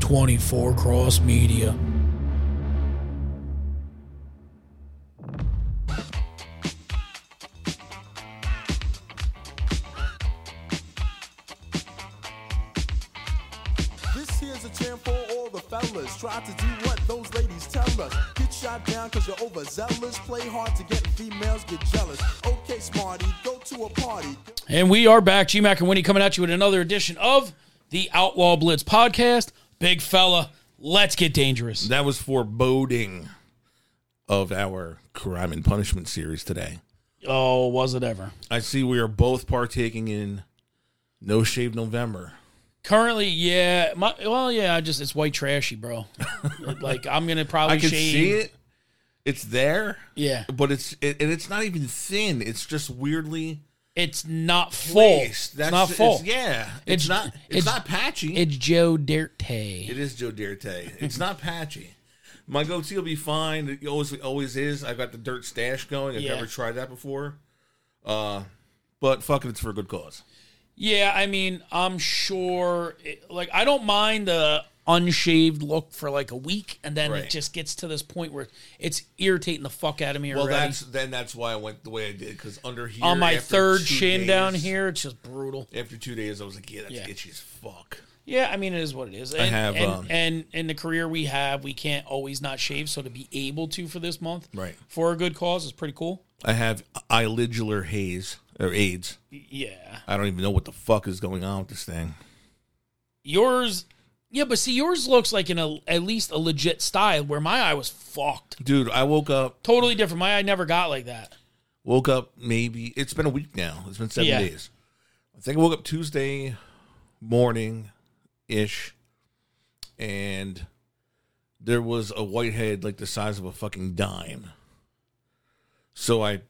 24 Cross Media. This here's a jam for all the fellas. Try to do what those ladies tell us. Get shot down cause you're overzealous. Play hard to get females get jealous. Okay, smarty, go to a party. And we are back. G Mac and Winnie coming at you with another edition of the Outlaw Blitz podcast. Big fella, let's get dangerous. That was foreboding of our crime and punishment series today. Oh, was it ever? I see we are both partaking in No Shave November. Currently, yeah. My, well, yeah. I just it's white trashy, bro. like I'm gonna probably I can shave. see it. It's there, Yeah, but it's it, and it's not even thin. It's just weirdly it's not full. placed. it's not full. It's, yeah, it's, It's- not. It's, it's- not patchy. It's Joe Dirte. It is Joe Dirte. It's not patchy. My goatee will be fine. It always it always is. I've got the dirt stash going. I've Yeah. never tried that before. Uh, but fuck it, it's for a good cause. Yeah, I mean, I'm sure. It, like, I don't mind the unshaved look for like a week, and then it Right. just gets to this point where it's irritating the fuck out of me Well, already. that's then that's why I went the way I did because under here On my after third two chin days- down here, it's just brutal. After two days, I was like, yeah, that's Yeah. itchy as fuck. Yeah, I mean, it is what it is. And, have, and, um, and in the career we have, we can't always not shave. So to be able to for this month, Right. for a good cause, is pretty cool. I have ilidular haze or AIDS. Y- Yeah, I don't even know what the fuck is going on with this thing. yours. Yeah, but see, yours looks like in a at least a legit style where my eye was fucked. Dude, I woke up, Totally different. My eye never got like that. woke up maybe it's been a week now. It's been seven Yeah. days. I think I woke up Tuesday morning ish, and there was a whitehead like the size of a fucking dime. So I,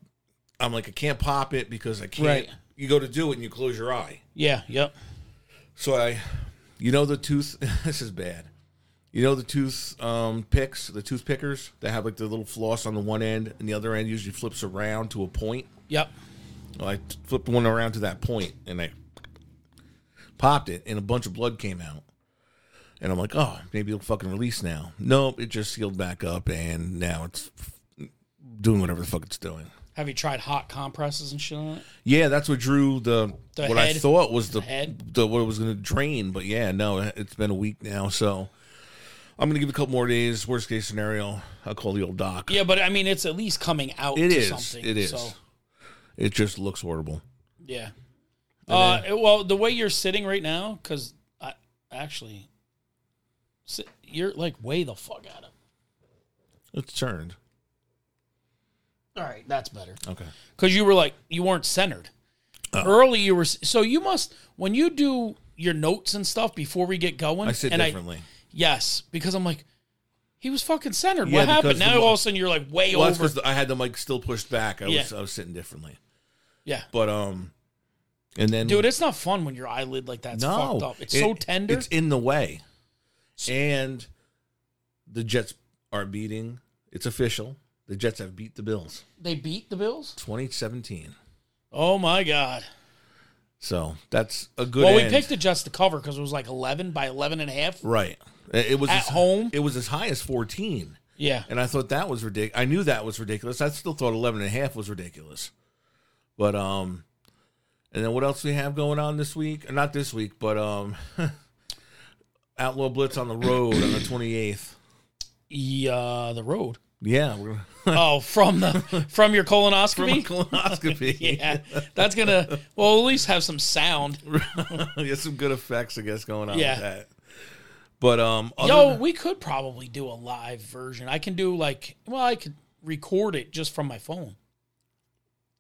I'm like, I can't pop it because I can't. Right. You go to do it and you close your eye. Yeah, yep. So I, you know the tooth. this is bad. You know the tooth um, picks, the tooth pickers that have like the little floss on the one end and the other end usually flips around to a point. Yep. Well, I t- flipped one around to that point and I popped it, and a bunch of blood came out. And I'm like, oh, maybe it'll fucking release now. Nope, it just sealed back up, and now it's f- doing whatever the fuck it's doing. Have you tried hot compresses and shit on it? Yeah, that's what drew the, The what I head. thought was the, head. the what it was going to drain. But yeah, no, it- it's been a week now, so I'm going to give it a couple more days. Worst case scenario, I'll call the old doc. Yeah, but I mean, it's at least coming out It to is, something. It is. So, It just looks horrible. yeah. Uh, well, the way you're sitting right now, because I actually, sit, you're like way the fuck out of. It's turned. All right, that's better. Okay. Because you were like, you weren't centered. Early, you were. s- So you must, when you do your notes and stuff before we get going, I sit and differently. yes, because I'm like, he was fucking centered. Yeah, what happened? because the Now mo- all of a sudden you're like way Well, that's over. because I had the mic still pushed back. I was Yeah. I was sitting differently. yeah. But um, and then Dude, it's not fun when your eyelid like that's no, fucked up. It's it- so tender. It's in the way, and the Jets are beating. It's official. The Jets have beat the Bills, they beat the Bills. twenty seventeen. Oh my god. So that's a good. well, we end. picked the Jets to cover because it was like 11 by 11 and a half. right. It it was At as- home? It was as high as fourteen, Yeah. and I thought that was ridiculous. I knew that was ridiculous. I still thought 11 and a half was ridiculous. But um, and then what else we have going on this week? Not this week, but um, Outlaw Blitz on the road on the 28th. Yeah, the road. Yeah, we're gonna Oh, from the from your from a colonoscopy. colonoscopy. yeah, that's gonna. Well, at least have some sound. There's some good effects, I guess, going on Yeah. with that. But um, other Yo, than- we could probably do a live version. I can do like, well, I could record it just from my phone.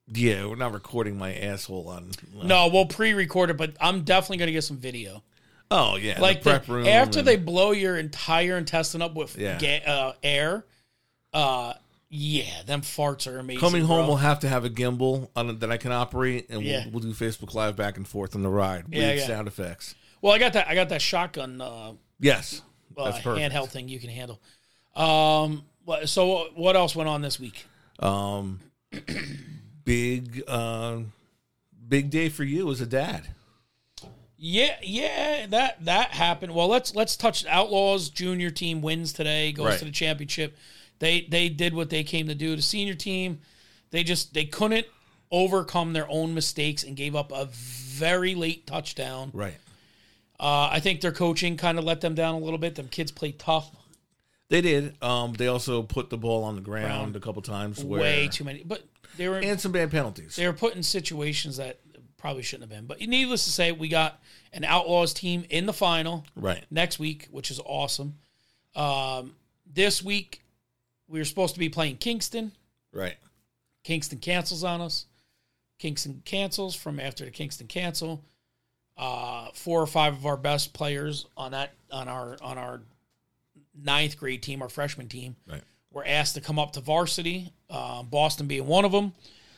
yeah, we're not recording my asshole on. No, we'll pre-record it, but I'm definitely gonna get some video. Oh yeah, the like the- prep room after and- they blow your entire intestine up with Yeah. ga- uh, air. Uh, yeah, them farts are amazing. Coming home, bro. we'll have to have a gimbal on it that I can operate, and Yeah. we'll, we'll do Facebook Live back and forth on the ride. with Yeah, yeah. sound effects. well, I got that. I got that shotgun uh, Yes, uh, that's perfect. handheld thing you can handle. Um, wha- so what else went on this week? Um, big, uh, big day for you as a dad. Yeah, yeah, that that happened. Well, let's let's touch Outlaws junior team wins today, goes Right. to the championship. They they did what they came to do. The senior team, they just they couldn't overcome their own mistakes and gave up a very late touchdown. Right. Uh, I think their coaching kind of let them down a little bit. Them kids play tough, They did. Um, they also put the ball on the ground a couple times. Where, way too many, but they were and some bad penalties. they were put in situations that probably shouldn't have been. But needless to say, we got an Outlaws team in the final. right. next week, which is awesome. Um, this week, we were supposed to be playing Kingston. Right. Kingston cancels on us. Kingston cancels from after the Kingston cancel. Uh, four or five of our best players on that on our on our ninth grade team, our freshman team, Right. were asked to come up to varsity. Uh, Boston being one of them.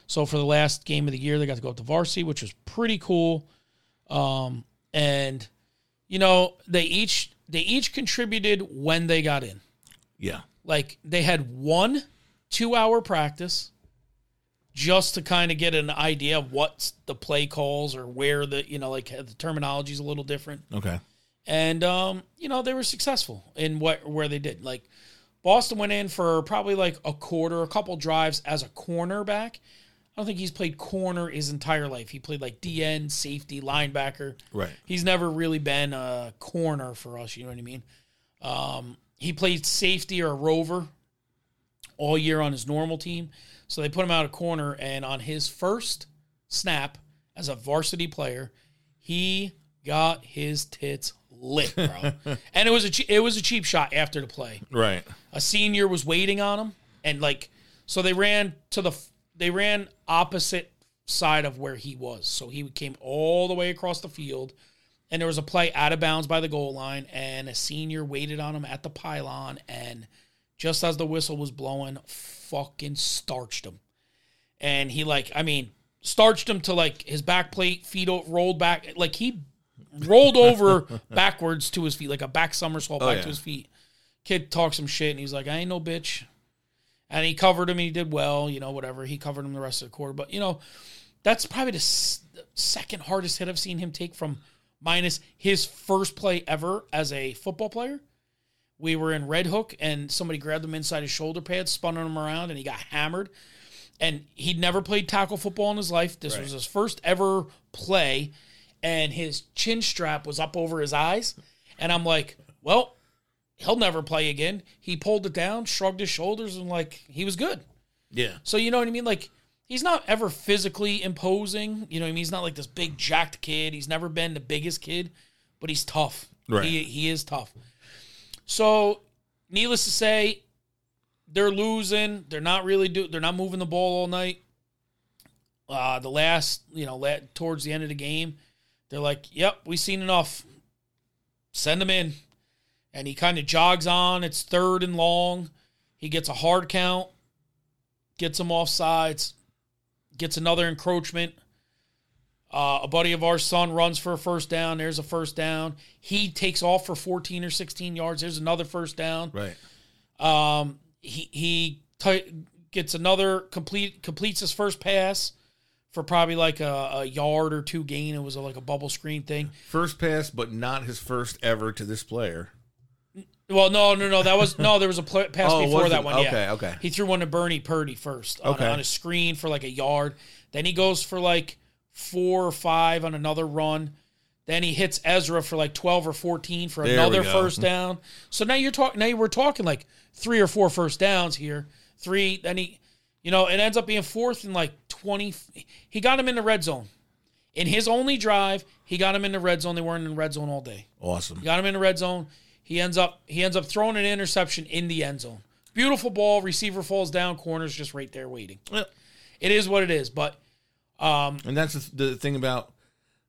So for the last game of the year, they got to go up to varsity, which was pretty cool. Um, and you know they each they each contributed when they got in. Yeah. Like they had one two hour practice just to kind of get an idea of what's the play calls or where the you know like the terminology is a little different Okay. and um, you know they were successful in what where they did. Like Boston went in for probably like a quarter, a couple drives as a cornerback. I don't think he's played corner his entire life. He played like DN, safety, linebacker. Right. He's never really been a corner for us. You know what I mean? Um, he played safety or rover all year on his normal team, so they put him out of corner. And on his first snap as a varsity player, he got his tits lit, bro. and it was a che- it was a cheap shot after the play. Right. A senior was waiting on him, and like so they ran to the f- they ran opposite side of where he was, so he came all the way across the field. And there was a play out of bounds by the goal line, and a senior waited on him at the pylon, and just as the whistle was blowing, fucking starched him and he like I mean starched him to like his back plate feet o- rolled back like he rolled over backwards to his feet like a back somersault back yeah. to his feet. Kid talked some shit and he's like I ain't no bitch, and he covered him and he did well you know whatever he covered him the rest of the quarter but you know that's probably the, s- the second hardest hit I've seen him take from minus his first play ever as a football player. We were in Red Hook and somebody grabbed him inside his shoulder pads, spun him around, and he got hammered and he'd never played tackle football in his life. This was his first ever play, and his chin strap was up over his eyes. And I'm like, well, he'll never play again. He pulled it down, shrugged his shoulders, and like he was good. Yeah. So you know what I mean? Like he's not ever physically imposing. You know what I mean? He's not like this big jacked kid. He's never been the biggest kid, but he's tough. Right. He he is tough. So needless to say, they're losing. They're not really do they're not moving the ball all night. Uh the last, you know, la- towards the end of the game, they're like, "Yep, we seen enough. Send him in." And he kind of jogs on. It's third and long. He gets a hard count gets him off sides, gets another encroachment. Uh, a buddy of our son runs for a first down. There's a first down. He takes off for 14 or 16 yards. There's another first down. Right. Um, he he t- gets another complete completes his first pass for probably like a, a yard or two gain. It was like a bubble screen thing. First pass, but not his first ever to this player. Well, no, no, no. That was no. There was a pl- pass Oh, before was that it? one. Okay, yeah. okay. He threw one to Bernie Purdy first on, Okay. on a screen for like a yard. Then he goes for like four or five on another run. Then he hits Ezra for like twelve or fourteen for we another go. first down. So now you're talking. Now you we're talking like three or four first downs here. Three. Then he, you know, it ends up being fourth and like twenty. He got him in the red zone. In his only drive, he got him in the red zone. They weren't in the red zone all day. Awesome. Got him in the red zone. He ends up he ends up throwing an interception in the end zone. Beautiful ball. Receiver falls down. Corner's just right there waiting. It is what it is. But And that's the, the thing about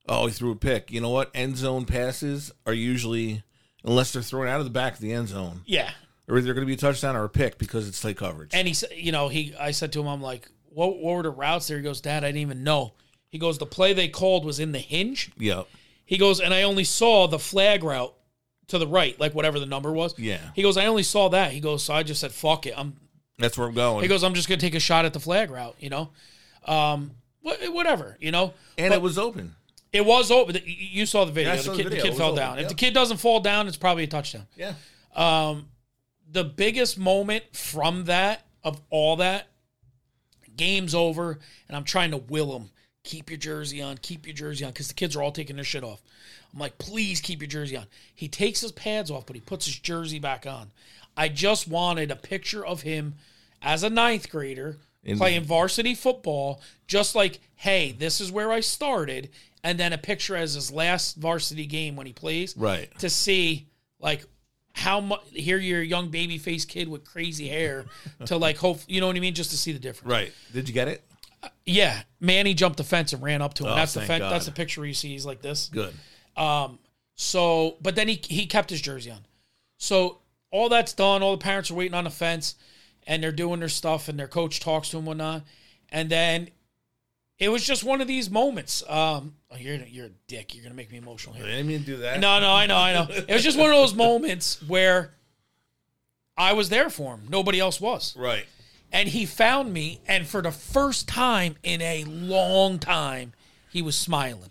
oh, he threw a pick. You know what? End zone passes are usually unless they're thrown out of the back of the end zone, yeah, are either going to be a touchdown or a pick because it's tight coverage. and he said, you know, he I said to him, I'm like, what what were the routes there? He goes, Dad, I didn't even know. He goes, the play they called was in the hinge. yep. He goes, and I only saw the flag route to the right, like whatever the number was. Yeah. He goes, I only saw that. He goes, so I just said, fuck it. I'm That's where I'm going. he goes, I'm just gonna take a shot at the flag route, you know? Um wh- whatever, you know. and But- it was open. It was open. You- You saw the video. Yeah, I the, saw the kid, the video. It kid was fell open, down. If yep. the kid doesn't fall down, it's probably a touchdown. Yeah. the biggest moment from that of all that game's over and i'm trying to will them keep your jersey on keep your jersey on because the kids are all taking their shit off i'm like please keep your jersey on he takes his pads off but he puts his jersey back on i just wanted a picture of him as a ninth grader playing varsity football just like hey this is where i started and then a picture as his last varsity game when he plays Right. to see like how much here you're a young baby faced kid with crazy hair to like hope you know what I mean just to see the difference. Right. Did you get it? Yeah, Manny jumped the fence and ran up to him. Oh, that's the thank fen- God. that's the picture you see. He's like this. Good. So, but then he he kept his jersey on. So all that's done. All the parents are waiting on the fence, and they're doing their stuff, and their coach talks to him whatnot. And then it was just one of these moments. Um, oh, you're you're a dick. You're gonna make me emotional here. I didn't mean to do that. No, no, I know, I know. It was just one of those moments where I was there for him. Nobody else was. Right. And he found me, and for the first time in a long time, he was smiling.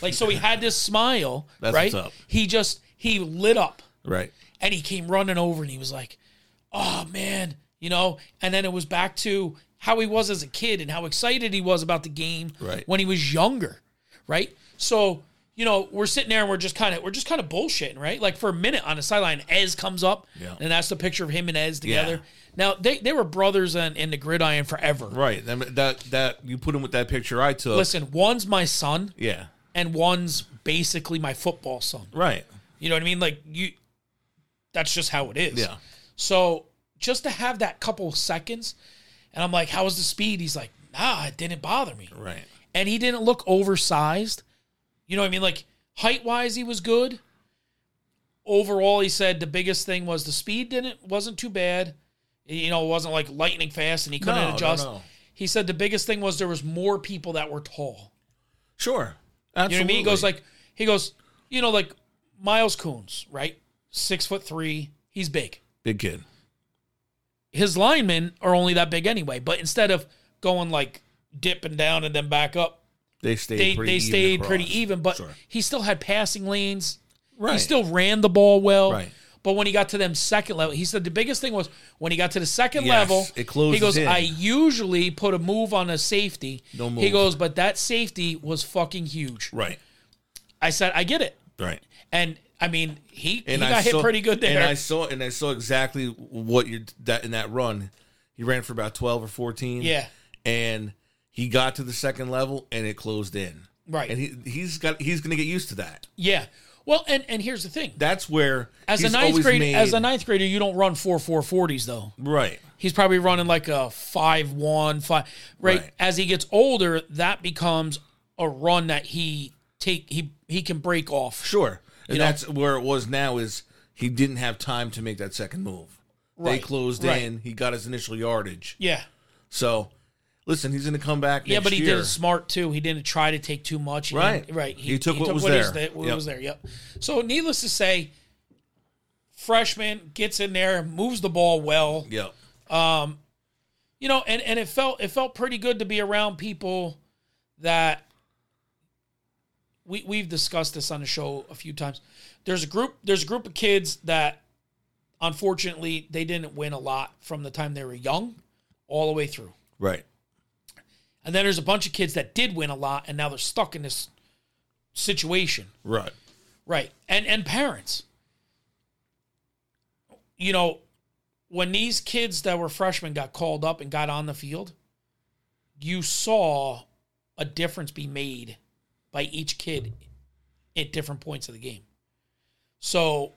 Like, so he had this smile, That's right? what's up. He just, he lit up Right. and he came running over and he was like, "Oh man," you know. And then it was back to how he was as a kid and how excited he was about the game Right. when he was younger, right? So you know we're sitting there and we're just kind of we're just kind of bullshitting, right? Like for a minute on the sideline, Ez comes up, Yeah. and that's the picture of him and Ez together. Yeah. Now they they were brothers in, in the gridiron forever. Right. I mean, that that you put him with that picture I took. Listen, one's my son Yeah. and one's basically my football son. Right. You know what I mean? Like you, that's just how it is. Yeah. So just to have that couple seconds, and I'm like, "How was the speed?" He's like, "Nah, it didn't bother me." Right. And he didn't look oversized. You know what I mean? Like height wise, he was good. Overall, he said the biggest thing was the speed didn't wasn't too bad. You know, it wasn't like lightning fast, and he couldn't No, no, adjust. no. He said the biggest thing was there was more people that were tall. Sure. You know Absolutely. what I mean? He goes like he goes, you know, like Miles Coons, right? Six foot three. He's big. big kid. His linemen are only that big anyway. But instead of going like dipping down and then back up, They stayed. they pretty they even stayed across. pretty even. But Sure. he still had passing lanes. Right. He still ran the ball well. Right. But when he got to them second level, he said the biggest thing was when he got to the second Yes, level, it closes he goes, in. I usually put a move on a safety. No He move. goes, but that safety was fucking huge. Right. I said, I get it. Right. And I mean, he, he And got I hit saw- pretty good there. And I saw and I saw exactly what you that in that run. He ran for about twelve or fourteen. Yeah. And he got to the second level and it closed in. Right. And he he's got he's gonna get used to that. yeah. Well, and and here's the thing: That's where as a he's ninth always grader, made- as a ninth grader, you don't run four four forties though. right. He's probably running like a five one five. Right? Right. As he gets older, that becomes a run that he take he he can break off. Sure. And know? that's where it was now is he didn't have time to make that second move. They Right. closed Right. in. He got his initial yardage. Yeah. So, listen, he's going to come back. Yeah, next but he year. did it smart too. He didn't try to take too much. He Right. didn't- right. He took what was is there. what Yep. was there. Yep. So, needless to say, freshman gets in there, moves the ball well. Yep. you know, and and it felt it felt pretty good to be around people that we we've discussed this on the show a few times. There's a group there's a group of kids that unfortunately they didn't win a lot from the time they were young all the way through. Right. And then there's a bunch of kids that did win a lot and now they're stuck in this situation. Right. Right. And and parents. You know, when these kids that were freshmen got called up and got on the field, you saw a difference be made by each kid at different points of the game. So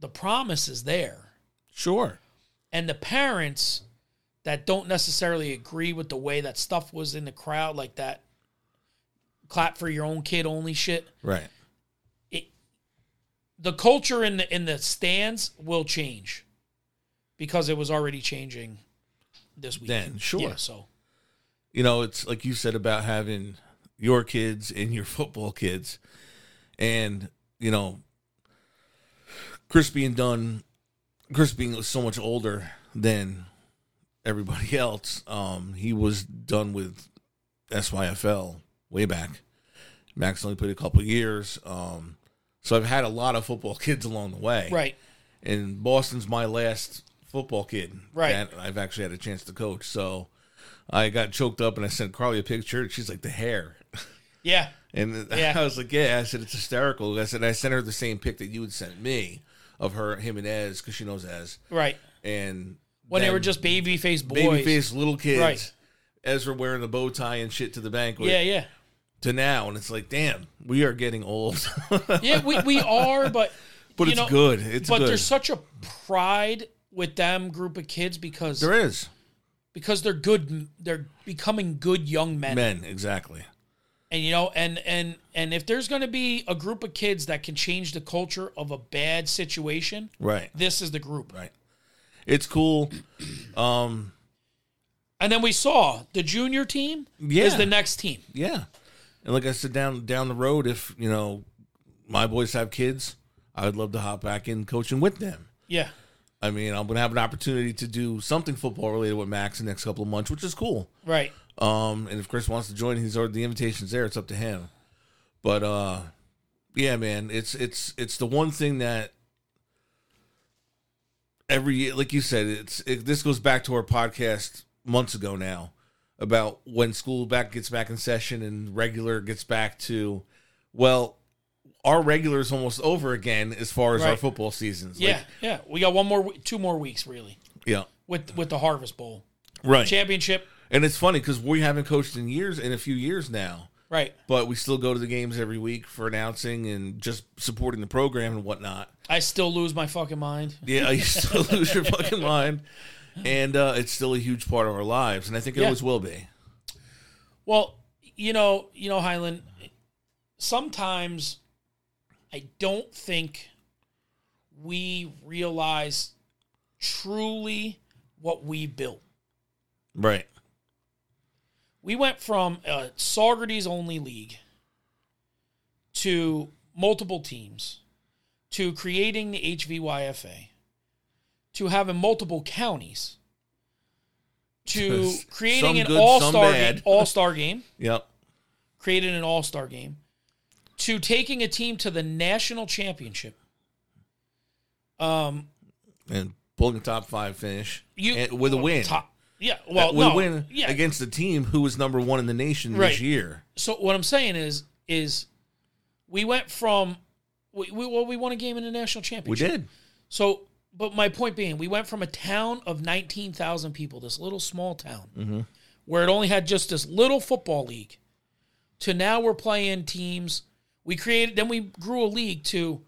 the promise is there. Sure. And the parents that don't necessarily agree with the way that stuff was in the crowd, like that clap for your own kid only shit. Right. the culture in the in the stands will change because it was already changing this week. Then, sure. Yeah, so You know, it's like you said about having your kids and your football kids. And, you know, Chris being done, Chris being so much older than everybody else, um, he was done with SYFL way back. Max only played a couple years. Um, so I've had a lot of football kids along the way. Right. And Boston's my last football kid Right. that I've actually had a chance to coach. So I got choked up and I sent Carly a picture. And she's like, the hair. Yeah. And Yeah. I was like, yeah. I said, it's hysterical. I said, I sent her the same pic that you had sent me of her, him and Ez, because she knows Ez. Right. And When they them were just baby faced boys. baby faced little kids. Right. Ezra wearing the bow tie and shit to the banquet Yeah, yeah. to now, and it's like, damn, we are getting old. but Yeah, we, we are, but it's you know, good. It's but good. there's such a pride with them group of kids because There is because they're good they're becoming good young men. men exactly. and you know and and and if there's going to be a group of kids that can change the culture of a bad situation Right. this is the group Right. It's cool. and then we saw the junior team is Yeah. the next team Yeah. And like I said, down down the road, if you know my boys have kids, I would love to hop back in coaching with them. yeah I mean, I'm gonna have an opportunity to do something football related with Max in the next couple of months, which is cool. right Um, and if Chris wants to join, he's already the invitation's there. It's up to him. But uh, yeah, man, it's it's it's the one thing that every year, like you said, it's it, this goes back to our podcast months ago now about when school back gets back in session and regular gets back to well, our regular is almost over again as far as our Right. football seasons. yeah Like, yeah we got one more we- two more weeks really yeah, with with the harvest bowl right. championship and it's funny because we haven't coached in years, in a few years now. right but we still go to the games every week for announcing and just supporting the program and whatnot. i still lose my fucking mind Yeah, you still lose your fucking mind, and uh, it's still a huge part of our lives, and I think it Yeah. always will be. Well, you know, you know, Highland. Sometimes I don't think we realize truly what we built. Right, We went from a Socrates only league to multiple teams to creating the HVYFA to having multiple counties to Some creating an good, some all-star bad. all-star game yep, created an all star game, to taking a team to the national championship. Um, and pulling a top five finish you and- with a win, Top, yeah. Well, with no, a win yeah. against the team who was number one in the nation Right. this year. So what I'm saying is, is we went from we, we well we won a game in the national We championship. did, So, but my point being, we went from a town of 19,000 people, this little small town, where it only had just this little football league, to now we're playing teams. We created, then we grew a league to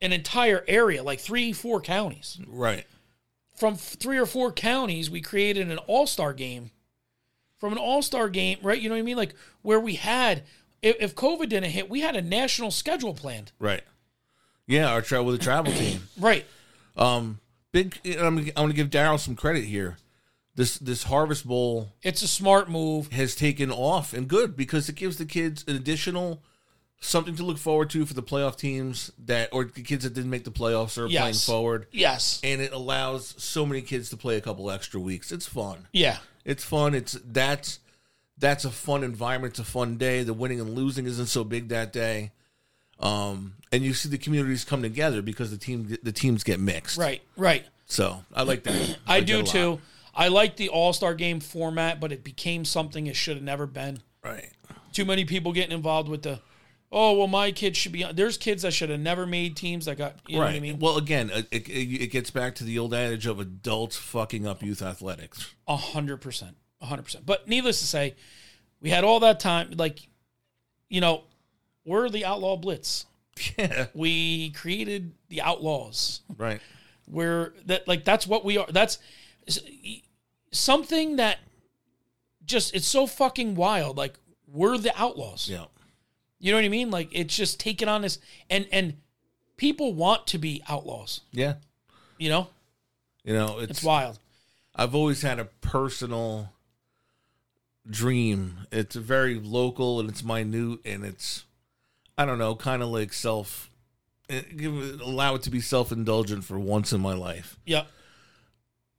an entire area, like three, four counties. right? From f- three or four counties, we created an all star game. From an all star game, right? You know what I mean? Like where we had, if, if COVID didn't hit, we had a national schedule planned. Right. Yeah, our travel with the travel team. Right. Um, big. I'm, I'm going to give Daryl some credit here. This this Harvest Bowl It's a smart move. has taken off and good because it gives the kids an additional something to look forward to for the playoff teams that or the kids that didn't make the playoffs are playing Yes. forward Yes. and it allows so many kids to play a couple extra weeks it's fun Yeah. it's fun it's that's that's a fun environment it's a fun day the winning and losing isn't so big that day um and you see the communities come together because the team the teams get mixed Right, right. so i like that I, like do that a lot. too. I like the All Star Game format, but it became something it should have never been. right Too many people getting involved with the, oh well, my kids should be. on-" There's kids that should have never made teams that got. You know right. what I mean? Well, again, it, it, it gets back to the old adage of adults fucking up youth athletics. A hundred percent, a hundred percent. But needless to say, we had all that time. Like, you know, we're the Outlaw Blitz. Yeah. We created the Outlaws. Right. We're that like that's what we are. That's something that just it's so fucking wild. Like we're the outlaws. Yeah. You know what I mean? Like it's just taking on this and and people want to be outlaws, Yeah. you know? You know, it's, It's wild. I've always had a personal dream. It's very local and it's minute and it's I don't know, kind of like self eh, give it- allow it to be self-indulgent for once in my life. Yep.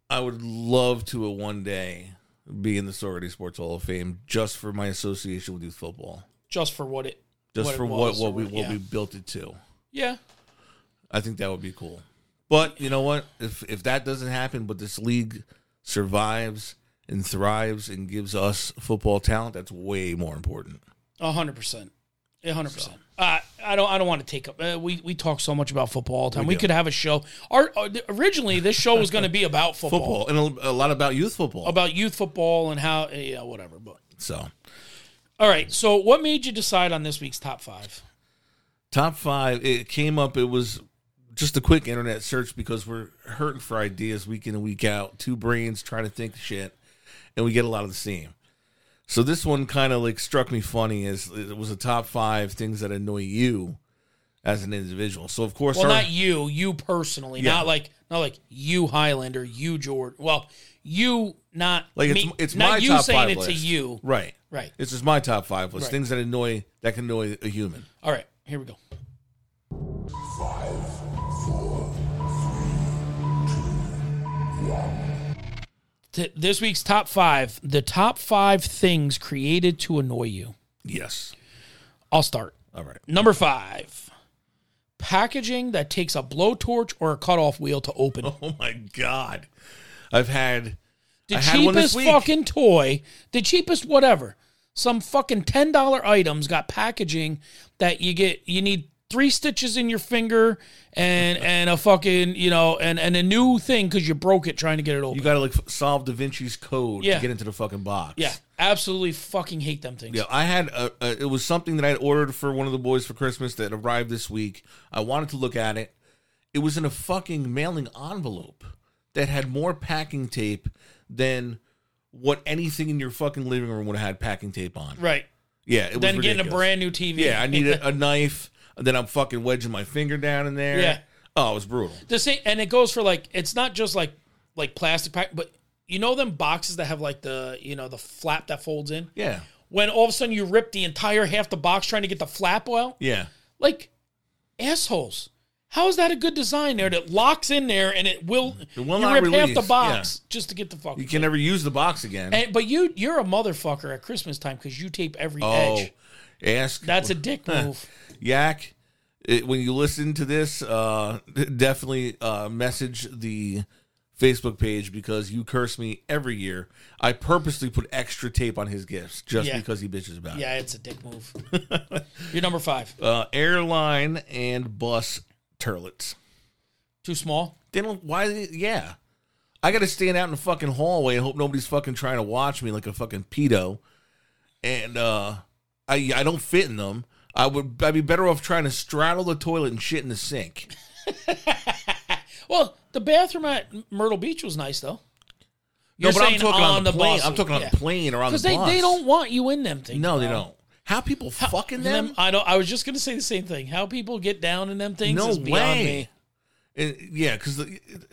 I would love to uh, one day be in the Sorority Sports Hall of Fame just for my association with youth football. Just for what it just What it for what was what or we what- what yeah. we built it to. Yeah. I think that would be cool. But you know what? If if that doesn't happen, but this league survives and thrives and gives us football talent, that's way more important. A hundred percent. A hundred percent. Uh, I don't. I don't want to take up. Uh, we we talk so much about football all the time. We, do. could have a show. Our, uh, originally this show was going to be about football, Football and a, a lot about youth football. about youth football and how. uh, Yeah, whatever. But so all right. So what made you decide on this week's top five? top five, it came up. It was just a quick internet search because we're hurting for ideas week in and week out. Two brains trying to think shit, and we get a lot of the same. So this one kind of like struck me funny as it was a top five things that annoy you as an individual. So of course, Well, our- not you. You personally. Yeah. Not like not like you Highlander. You Jordan. Well, you not Like it's me- it's not my you top saying five it list. to you. right? Right. It's just my top five list. Right. Things that annoy that can annoy a human. All right. Here we go. T- This week's top five, the top five things created to annoy you. Yes. I'll start. All right. Number five, packaging that takes a blowtorch or a cutoff wheel to open. Oh my god, I've had the I had one this cheapest week. fucking toy, the cheapest whatever. Some fucking ten dollar items got packaging that you get. You need three stitches in your finger and and a fucking you know and and a new thing because you broke it trying to get it open. you got to like f- solve Da Vinci's code Yeah. to get into the fucking box. yeah, absolutely fucking hate them things. Yeah, I had a, a. It was something that I had ordered for one of the boys for Christmas that arrived this week. I wanted to look at it. It was in a fucking mailing envelope that had more packing tape than what anything in your fucking living room would have had packing tape on. Right. Yeah, it was Then getting a ridiculous. brand new TV. Yeah, I need a, a knife. And then I'm fucking wedging my finger down in there. Yeah. Oh, it was brutal. the same, and it goes for like it's not just like like plastic pack, but you know them boxes that have like the you know the flap that folds in. Yeah. when all of a sudden you rip the entire half the box trying to get the flap out. Yeah. Like assholes. How is that a good design there that locks in there and it will, will you not rip half release, the box just to get the fuck. You can never use the box again. And, but you you're a motherfucker at Christmas time because you tape every oh, edge. ask. That's a dick move. Yak, it, when you listen to this, uh, definitely uh, message the Facebook page because you curse me every year. I purposely put extra tape on his gifts just Yeah. because he bitches about it. yeah, it's a dick move. you're number five. Uh, airline and bus turlets. Too small. They don't. Why? Yeah, I got to stand out in the fucking hallway and hope nobody's fucking trying to watch me like a fucking pedo. And uh, I I don't fit in them. I would. I'd be better off trying to straddle the toilet and shit in the sink. Well, the bathroom at Myrtle Beach was nice though. You're no, but I'm saying talking on, the, plane. bus. I'm talking on Yeah. the plane or on the they, bus. they don't want you in them things. No, they bro. don't. How people fucking Them- them? I don't. I was just gonna say the same thing. How people get down in them things No is beyond way. me. And, Uh, yeah, because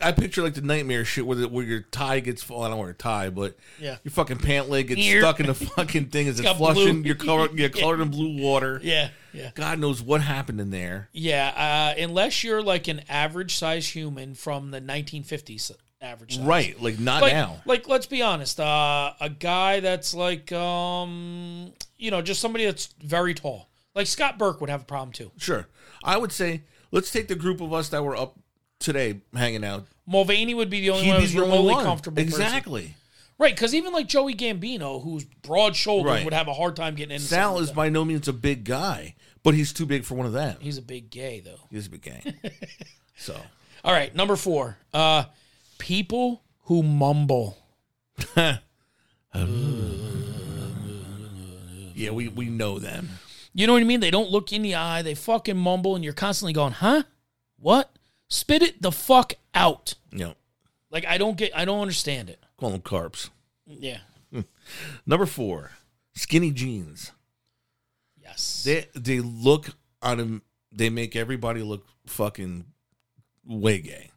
I picture like the nightmare shit where the, where your tie gets full. I don't wear a tie, but Yeah. your fucking pant leg gets Ear. stuck in the fucking thing as it's got flushing. blue. You're colored, you're colored in blue water. Yeah, yeah, God knows what happened in there. yeah. Uh, unless you're like an average size human from the 1950s, average size. Right, like not Like, now. like let's be honest. Uh, a guy that's like, um, you know, just somebody that's very tall. Like Scott Burke would have a problem too. Sure, I would say let's take the group of us that were up today hanging out. Mulvaney would be the only He'd one be who's the only remotely one. comfortable. person. Exactly. Right, because even like Joey Gambino, who's broad shouldered, Right. would have a hard time getting in. Sal is by no means a big guy, but he's too big for one of them. He's a big gay though. He's a big guy. so All right, number four. Uh, people who mumble. yeah, we we know them. You know what I mean? They don't look you in the eye. They fucking mumble, and you're constantly going, "Huh? What? Spit it the fuck out!" You know, Like I don't get. I don't understand it. call them carps. Yeah. Number four, skinny jeans. Yes. They they look on them. They make everybody look fucking way gay.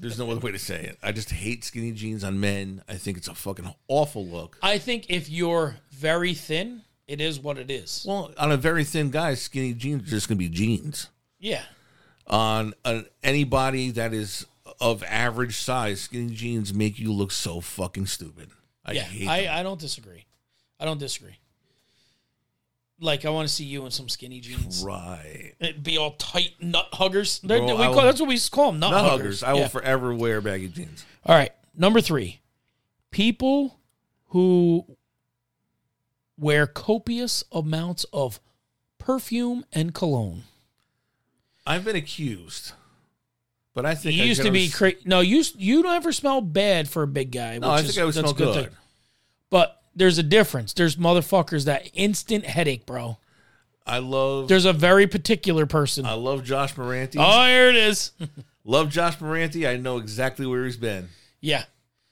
There's no other way to say it. I just hate skinny jeans on men. I think it's a fucking awful look. I think if you're very thin, it is what it is. Well, on a very thin guy, skinny jeans are just gonna be jeans. yeah. On an, anybody that is of average size, skinny jeans make you look so fucking stupid. I yeah. hate. I, them. I don't disagree. I don't disagree. Like I want to see you in some skinny jeans. Right. It'd be all tight nut huggers. They're- Bro, we I call, will- that's what we call them, nut, Not huggers. Uh, huggers. I will Yeah. forever wear baggy jeans. all right, number three, people who wear copious amounts of perfume and cologne. I've been accused, but I think You I used to be generally- cra- no, you s- you don't ever smell bad for a big guy. No, which I think is- I would that's smell a good good. thing. But there's a difference. There's motherfuckers that instant headache, bro. I love. There's a very particular person. I love Josh Moranti. oh, here it is. Love Josh Moranti. I know exactly where he's been. yeah,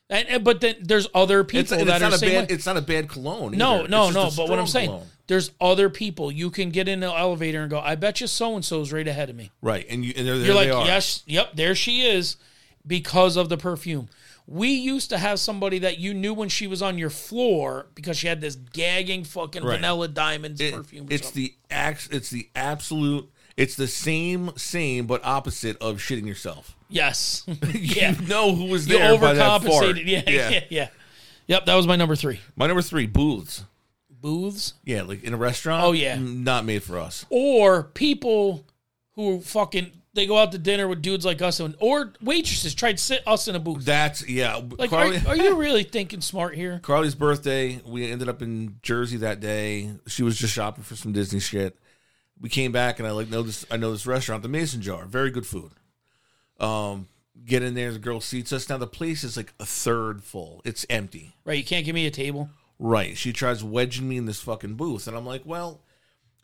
and, and- but then there's other people It's, and that it's are not the a same bad. way. It's not a bad cologne. No, either. no, It's no. just a But what I'm strong saying, cologne. there's other people. You can get in the elevator and go, "I bet you so and so's right ahead of me." right? And you and there, there You're like, they are. yes, yep, there she is because of the perfume. We used to have somebody that you knew when she was on your floor because she had this gagging fucking Right. vanilla diamonds It- perfume. or it's something. the ax. It's the absolute. It's the same, same, but opposite of shitting yourself. yes, yeah, You know who was you there by that fart. overcompensated. Yeah, yeah, yeah, Yep, that was my number three. My number three, booths. Booths Yeah, like in a restaurant. Mm, Oh, yeah. not made for us. or people who fucking they go out to dinner with dudes like us and or waitresses tried to sit us in a booth. That's yeah. Like, Carly- are, are you really thinking smart here? Carly's birthday, we ended up in Jersey that day. She was just shopping for some Disney shit. We came back and I like know this I know this restaurant, the Mason Jar, very good food. Um get in there, the girl seats us. Now the place is like a third full. It's empty. Right, you can't give me a table. Right. She tries wedging me in this fucking booth and I'm like, "Well,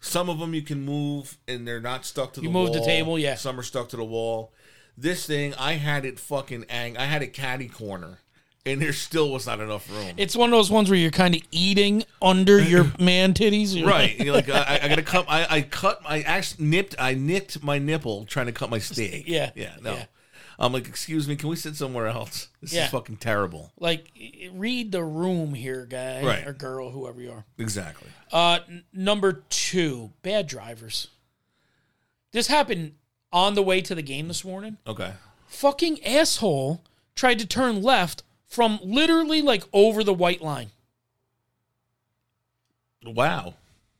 some of them you can move and they're not stuck to the You wall. move the table, yeah. Some are stuck to the wall. This thing, I had it fucking ang- I had it caddy corner and there still was not enough room. It's one of those ones where you're kind of eating under your man titties. You're Right. You're like I, I gotta cut. I, I cut. I actually nipped. I nicked my nipple trying to cut my steak. Yeah. Yeah. No. Yeah. I'm like, excuse me. Can we sit somewhere else? This Yeah. is fucking terrible. Like, like, read the room here, guy Right. or girl, whoever you are. Exactly. Uh, n- number two, bad drivers. This happened on the way to the game this morning. Okay. Fucking asshole tried to turn left from literally like over the white line. Wow.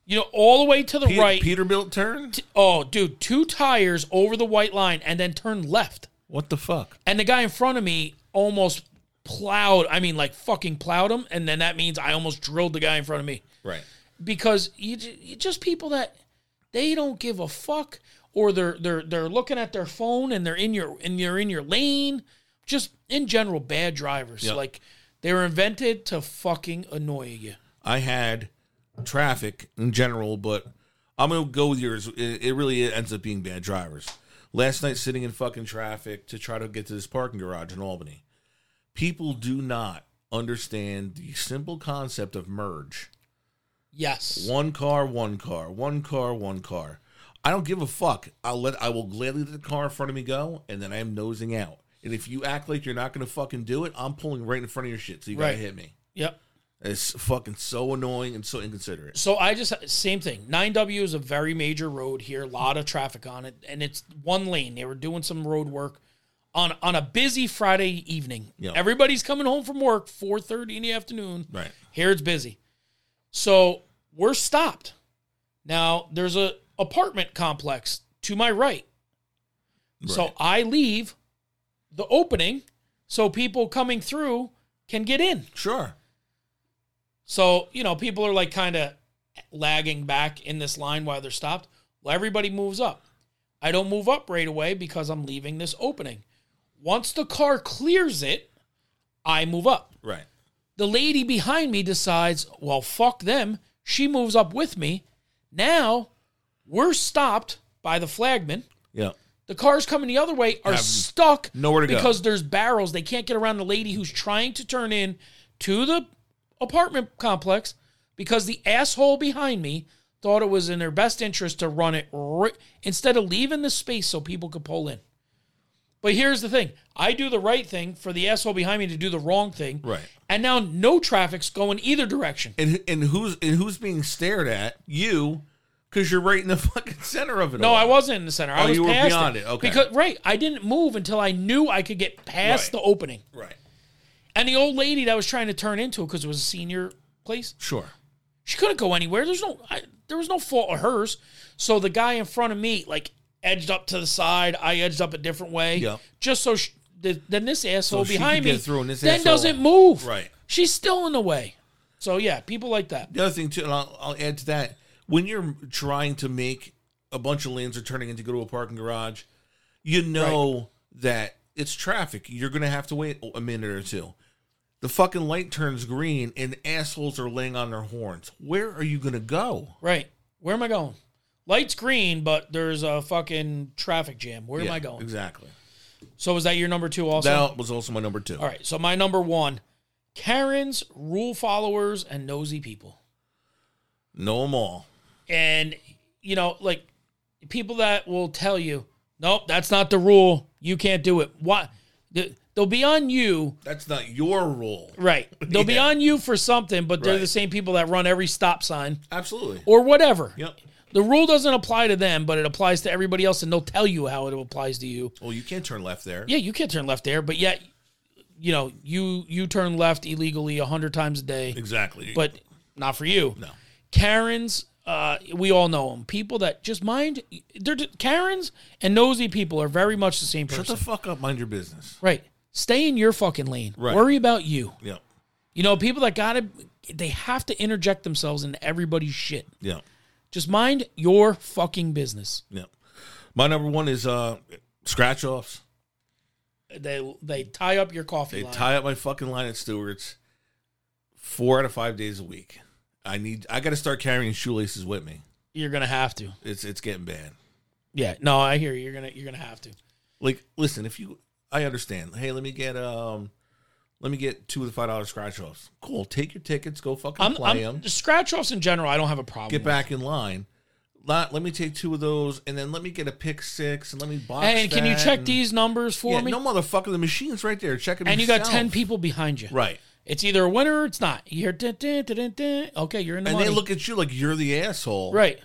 You know, all the way to the Pe- right. Peterbilt turn. oh, dude, two tires over the white line and then turn left. what the fuck? And the guy in front of me almost plowed, I mean, like fucking plowed him. And then that means I almost drilled the guy in front of me Right. because you, ju- you just people that they don't give a fuck or they're they're they're looking at their phone and they're in your and they're in your lane. Just in general, bad drivers. Yep. Like they were invented to fucking annoy you. I had traffic in general, but I'm gonna go with yours. It, it really ends up being bad drivers. Last night, sitting in fucking traffic to try to get to this parking garage in Albany, people do not understand the simple concept of merge. Yes. One car, one car, one car, one car. I don't give a fuck. I'll let I will gladly let the car in front of me go, and then I am nosing out. And if you act like you're not gonna fucking do it, I'm pulling right in front of your shit, so you Right. gotta hit me. Yep. It's fucking so annoying and so inconsiderate. So I just same thing. Nine W is a very major road here, a lot of traffic on it, and it's one lane. They were doing some road work on on a busy Friday evening. Yeah. Everybody's coming home from work four thirty in the afternoon. Right. Here it's busy, so we're stopped. Now there's a apartment complex to my right, so Right. I leave the opening so people coming through can get in. Sure. So, you know, people are like kind of lagging back in this line while they're stopped. Well, everybody moves up. I don't move up right away because I'm leaving this opening. Once the car clears it, I move up. Right. The lady behind me decides, well, fuck them. She moves up with me. Now we're stopped by the flagman. Yeah. The cars coming the other way are Have stuck nowhere to go. because there's barrels. They can't get around the lady who's trying to turn in to the apartment complex because the asshole behind me thought it was in their best interest to run it ri instead of leaving the space so people could pull in. But here's the thing I do the right thing for the asshole behind me to do the wrong thing. Right. And now no traffic's going either direction. And and who's and who's being stared at? You, because you're right in the fucking center of it. No, all. I wasn't in the center. I Oh, was you were past beyond it. it. Okay. Because right, I didn't move until I knew I could get past Right. the opening. Right. And the old lady that was trying to turn into it because it was a senior place, Sure. she couldn't go anywhere. There's no I, there was no fault of hers. So the guy in front of me like edged up to the side. I edged up a different way, Yeah. just so sh th- then this asshole So she behind could get me through and this then asshole- doesn't move. Right. she's still in the way. So yeah, people like that. The other thing too, and I'll, I'll add to that: when you're trying to make a bunch of lanes are turning into go to a parking garage, you know that it's traffic. You're gonna have to wait a minute or two. The fucking light turns green, and assholes are laying on their horns. Where are you gonna go? Right, where am I going? Lights green, but there's a fucking traffic jam. Where am I going? Exactly. So was that your number two also? that was also my number two. All right. So my number one, Karens, rule followers, and nosy people. Know them all. And you know, like people that will tell you, nope, that's not the rule. You can't do it. Why? Th- They'll be on you, That's not your rule. right? They'll be Yeah. on you for something, but they're Right. the same people that run every stop sign Absolutely. or whatever. Yep. The rule doesn't apply to them, but it applies to everybody else, and they'll tell you how it applies to you. Well, you can't turn left there. Yeah, you can't turn left there, but yet, you know, you you turn left illegally a hundred times a day. Exactly. but not for you. No. Karens, uh, we all know them. People that just mind they're just- Karens and nosy people are very much the same person. shut the fuck up. Mind your business. right. Stay in your fucking lane. Right. Worry about you. Yep. You know, people that gotta they have to interject themselves into everybody's shit. Yep. Just mind your fucking business. Yep. My number one is uh scratch offs. They they tie up your coffee They line. tie up my fucking line at Stewart's four out of five days a week. I need I gotta start carrying shoelaces with me. you're gonna have to. It's it's getting bad. Yeah. No, I hear you. You're gonna you're gonna have to. Like listen, if you I understand. Hey, let me get um let me get two of the five dollar scratch offs. Cool. Take your tickets, go fucking I'm, play I'm them. scratch offs in general. I don't have a problem. Get with. back in line. Let, let me take two of those and then let me get a pick six and let me box. Hey, and can you that check and- these numbers for Yeah, me? no motherfucker, the machine's right there. Check it. and you got yourself. 10 people behind you. Right. It's either a winner or it's not. You hear, dun, dun, dun, dun, dun. okay, you're in the and money. they look at you like you're the asshole, right,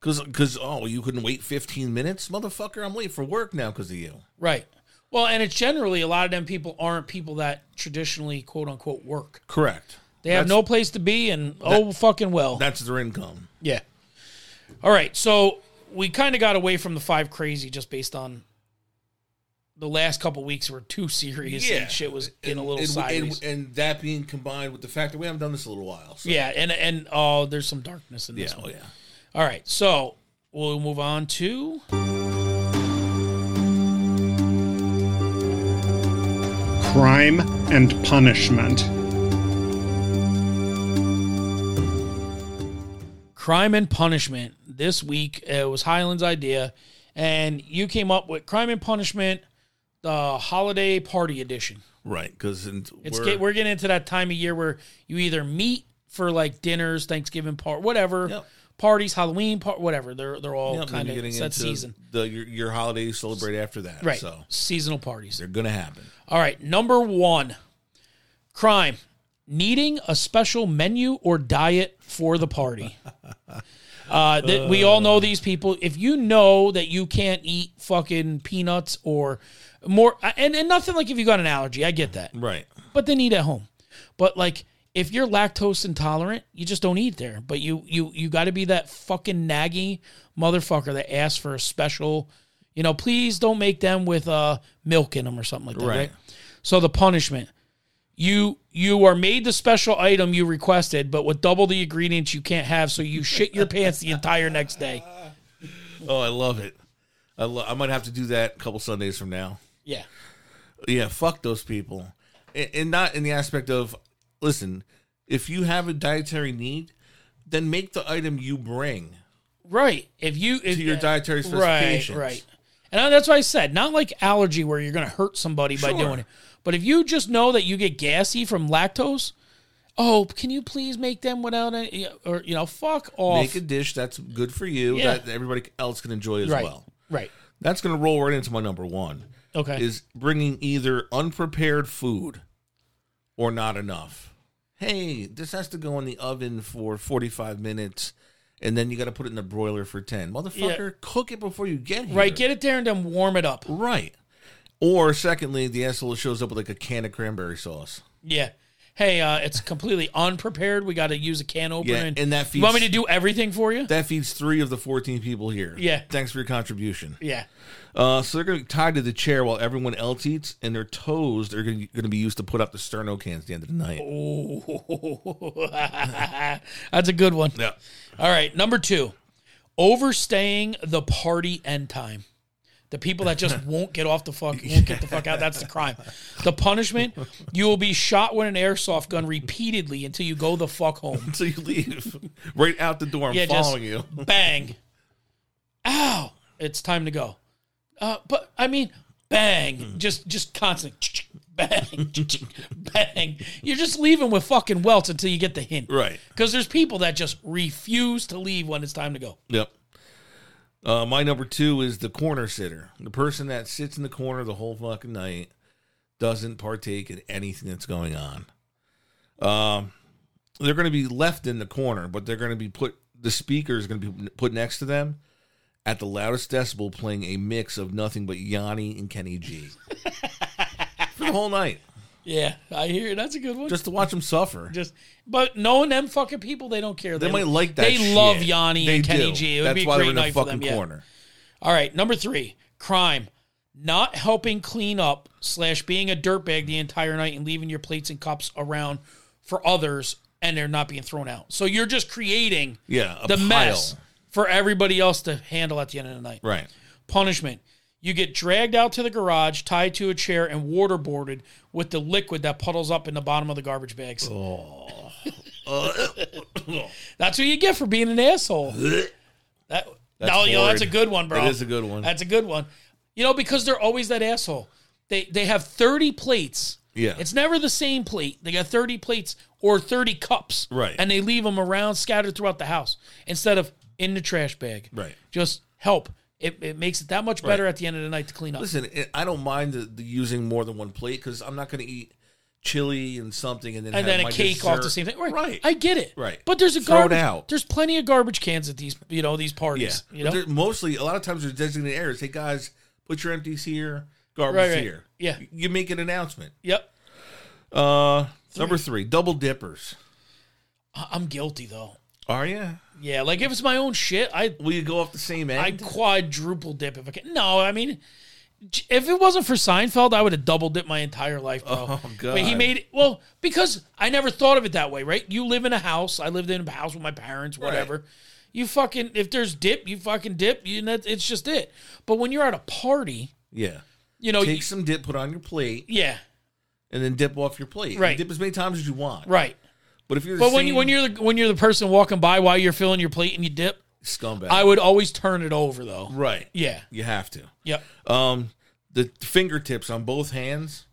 Because because oh, you couldn't wait 15 minutes, motherfucker. I'm late for work now because of you. right. Well, and it's generally a lot of them people aren't people that traditionally quote unquote work. Correct. They have That's- no place to be, and oh fucking well, That's their income. yeah. All right, so we kind of got away from the five crazy just based on the last couple weeks were too serious and shit was in a little and, sideways. and, and that being combined with the fact that we haven't done this in a little while. So. yeah, and and oh, there's some darkness in this one. oh yeah. All right, so we'll move on to Crime and Punishment. crime and punishment. This week uh, it was Highland's idea, and you came up with crime and punishment, the holiday party edition. Right. Because It's we're, we're, get, we're getting into that time of year where you either meet for like dinners, Thanksgiving part, whatever, Yep. parties, Halloween part, whatever. They're they're all yeah, then kind you're of getting it's into that season, the your, your holiday you celebrate after that. right? So Seasonal parties. they're gonna happen. All right, number one, crime. Needing a special menu or diet for the party. Uh, that we all know these people. If you know that you can't eat fucking peanuts or more, uh, and, and nothing like if you got an allergy, I get that. Right. But then eat at home. But like if you're lactose intolerant, you just don't eat there. But you you you got to be that fucking naggy motherfucker that asks for a special. You know, please don't make them with uh milk in them or something like that. Right. right? So the punishment. You you are made the special item you requested, but with double the ingredients you can't have, so you shit your pants the entire next day. Oh, I love it. I lo- I might have to do that a couple Sundays from now. Yeah. Yeah, fuck those people. And, and not in the aspect of, listen, if you have a dietary need, then make the item you bring. Right. If you if To your dietary specifications. Right, right. And that's what I said. Not like allergy where you're going to hurt somebody by Sure. doing it. But if you just know that you get gassy from lactose, oh, can you please make them without a or you know, fuck off. Make a dish that's good for you Yeah. that everybody else can enjoy as right. well. Right. That's going to roll right into my number one Okay. is bringing either unprepared food or not enough. Hey, this has to go in the oven for 45 minutes and then you got to put it in the broiler for 10. Motherfucker, cook it before you get here. right, get it there and then warm it up. Right. Or secondly, the asshole shows up with like a can of cranberry sauce. Yeah. hey, uh, it's completely unprepared. We got to use a can opener. Yeah, and, and that you want me feeds- to do everything for you? That feeds three of the 14 people here. Yeah. Thanks for your contribution. yeah. Uh, so they're going to be tied to the chair while everyone else eats, and their toes are going to be used to put up the sterno cans at the end of the night. Oh. That's a good one. Yeah. All right, number two, overstaying the party end time. The people that just won't get off the fuck won't get the fuck out. That's the crime. The punishment: you will be shot with an airsoft gun repeatedly until you go the fuck home. So you leave right out the door. I'm Yeah, just following you. bang. Ow! It's time to go. Uh, but I mean, Hmm. bang! Just just constant bang, bang. You're just leaving with fucking welts until you get the hint. Right. Because there's people that just refuse to leave when it's time to go. Yep. Uh, my number two is the corner sitter, the person that sits in the corner the whole fucking night, doesn't partake in anything that's going on. Um, they're going to be left in the corner, but they're going to be put. The speaker is going to be put next to them at the loudest decibel, playing a mix of nothing but Yanni and Kenny G for the whole night, Yeah, I hear you. That's a good one. Just, just to watch them suffer. but knowing them fucking people, they don't care. they might like that. They love shit. Yanni They and Kenny do. G. It would That's be a why great they're in night the for them. fucking yeah. corner. All right, number three, crime. Not helping clean up slash being a dirtbag the entire night and leaving your plates and cups around for others and they're not being thrown out. So you're just creating Yeah, a the pile. mess for everybody else to handle at the end of the night. Right. Punishment. You get dragged out to the garage, tied to a chair, and waterboarded with the liquid that puddles up in the bottom of the garbage bags. Oh. Uh. that's what you get for being an asshole. That, no, you know, that's a horrid. good one, bro. That is a good one. That's a good one. You know, because they're always that asshole. They they have 30 plates. Yeah. It's never the same plate. They got 30 plates or 30 cups. Right. And they leave them around scattered throughout the house instead of in the trash bag. Right. Just help. It, it makes it that much better at the end of the night to clean up. Listen, it- I don't mind the, the using more than one plate because I'm not going to eat chili and something and then and have then a my cake off the dessert. same thing. Right. right. I get it. Right. But there's a Throw it garbage. out. There's plenty of garbage cans at these, you know, these yeah, parties. You But know? they're- mostly a lot of times there's designated areas. Hey guys, put your empties here, garbage Right, right. here. Yeah. you make an announcement. Yep. Uh, number three, double dippers. I- I'm guilty though. Are you? Yeah, like if it's my own shit, I Will you go off the same I end? quadruple dip if I can. No, I mean, j- if it wasn't for Seinfeld, I would have double dipped my entire life, bro. Oh, But he God. made it well because I never thought of it that way, right? You live in a house. I lived in a house with my parents, whatever. You fucking if there's dip, you fucking dip. You that it's just it. But when you're at a party, yeah. you know, Take you- some dip, put it on your plate, yeah, and then dip off your plate. Right. Dip as many times as you want. right. But if you're the But when you same when you're the, when you're the person walking by while you're filling your plate and you dip, scumbag, I would always turn it over though. right. Yeah. You have to. Yep. Um, the fingertips on both hands.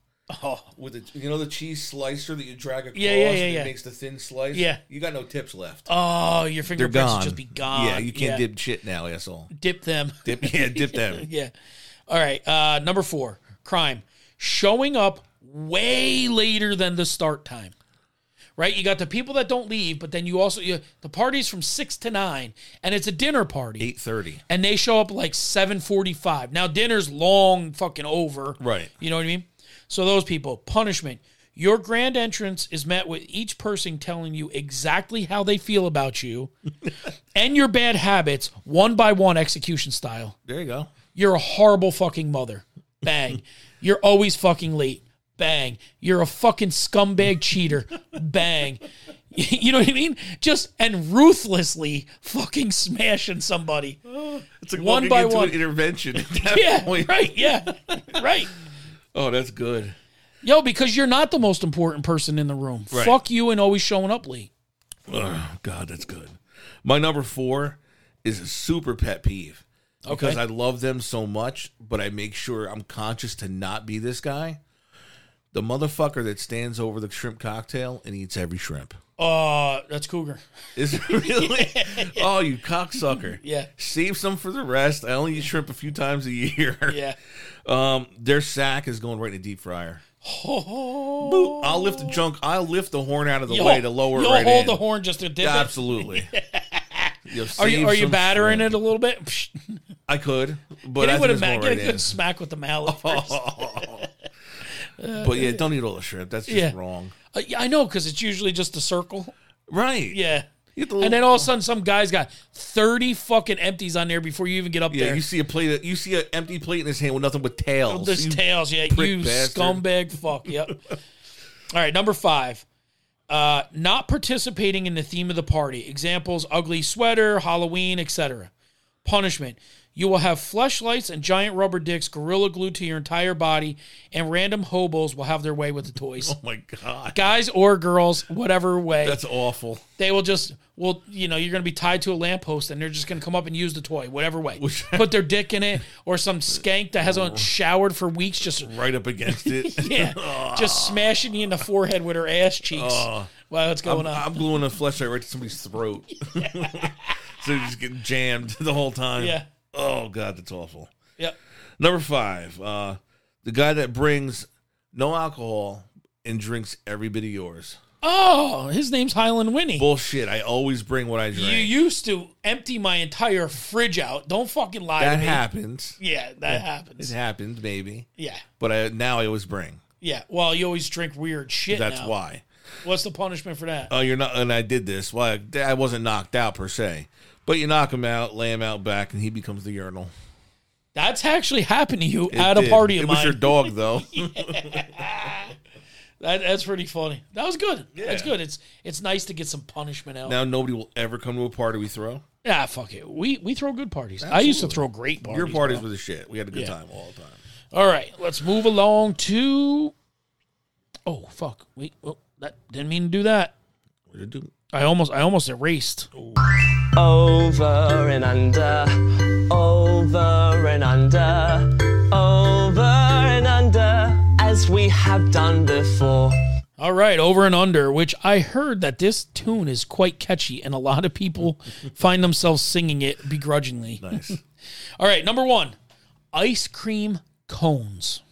Oh, with the you know the cheese slicer that you drag across Yeah, yeah, yeah, and yeah. it makes the thin slice. Yeah. you got no tips left. oh, your fingerprints would just be gone. Yeah, you can't dip shit now, asshole. dip them. Dip, yeah, dip them. Yeah. All right. Uh, number four, crime. Showing up way later than the start time. Right? You got the people that don't leave, but then you also you, the party's from six to nine, and it's a dinner party, Eight thirty. and they show up like seven forty-five. Now dinner's long fucking over. Right. You know what I mean? So those people, punishment. Your grand entrance is met with each person telling you exactly how they feel about you and your bad habits, one by one, execution style. There you go. You're a horrible fucking mother. Bang. You're always fucking late. Bang. You're a fucking scumbag cheater. Bang. You know what I mean? Just and ruthlessly fucking smashing somebody. It's like One walking by into one. an intervention. at that Yeah. point. Right. Yeah. Right. Oh, that's good. Yo, because you're not the most important person in the room. Right. Fuck you and always showing up late. Oh, God, that's good. My number four is a super pet peeve because Okay. I love them so much, but I make sure I'm conscious to not be this guy. The motherfucker that stands over the shrimp cocktail and eats every shrimp. Uh, that's Cougar. Is it really? Oh, you cocksucker. Yeah. Save some for the rest. I only eat shrimp a few times a year. Yeah. Um, their sack is going right in the deep fryer. Boop. I'll lift the junk. I'll lift the horn out of the You'll- way to lower it You'll right hold in. the horn just a dip. Yeah, it. absolutely. You'll Are save you are you some battering shrimp. it a little bit? Psh, I could, but Get I it with a think it's ma- going get a right good in. smack with the mallet. first. but yeah, don't eat all the shrimp. That's just Yeah. wrong. Uh, yeah, I know because it's usually just a circle. Right. Yeah. You get the And little- then all of a sudden, some guy's got thirty fucking empties on there before you even get up yeah, there. you see a plate. You see an empty plate in his hand with nothing but tails. This You- Oh, tails, yeah, prick you bastard. scumbag fuck. Yep. All right, number five. Uh, not participating in the theme of the party. Examples: ugly sweater, Halloween, etc. Punishment: You will have fleshlights and giant rubber dicks gorilla glued to your entire body, and random hobos will have their way with the toys. oh my god, Guys or girls, whatever way, that's awful. they will just well, you know, you're going to be tied to a lamppost, and they're just going to come up and use the toy, whatever way. Which- Oh. Put their dick in it, or some skank that hasn't showered for weeks just Right up against it. yeah, just smashing you in the forehead with her ass cheeks. Oh. wow, what's going I'm, on? I'm gluing a flashlight right to somebody's throat. so you just get jammed the whole time. Yeah. Oh god, that's awful. yep. Number five, uh, the guy that brings no alcohol and drinks every bit of yours. Oh, his name's Highland Winnie. Bullshit. I always bring what I drink. you used to empty my entire fridge out. Don't fucking lie that to me. happens. Yeah, that It happens. happens, maybe. Yeah, But I now I always bring. yeah. Well, you always drink weird shit. That's now. why. What's the punishment for that? Oh, you're not. And I did this. Well, I, I wasn't knocked out per se, but you knock him out, lay him out back, and he becomes the urinal. That's actually happened to you It at a did. party of It mine. was your dog, though. That, that's pretty funny. That was good. That's Yeah. good. It's it's nice to get some punishment out. now nobody will ever come to a party we throw. Ah, fuck it. We we throw good parties. I used to throw great parties. Your parties bro. were the shit. We had a good Yeah. time all the time. All right, let's move along to. Oh fuck! Wait, well, that didn't mean to do that. What did you do? I almost, I almost erased. Over and under, over and under, over and under, as we have done before. All right, over and under. Which I heard that this tune is quite catchy, and a lot of people find themselves singing it begrudgingly. Nice. All right, number one, ice cream cones.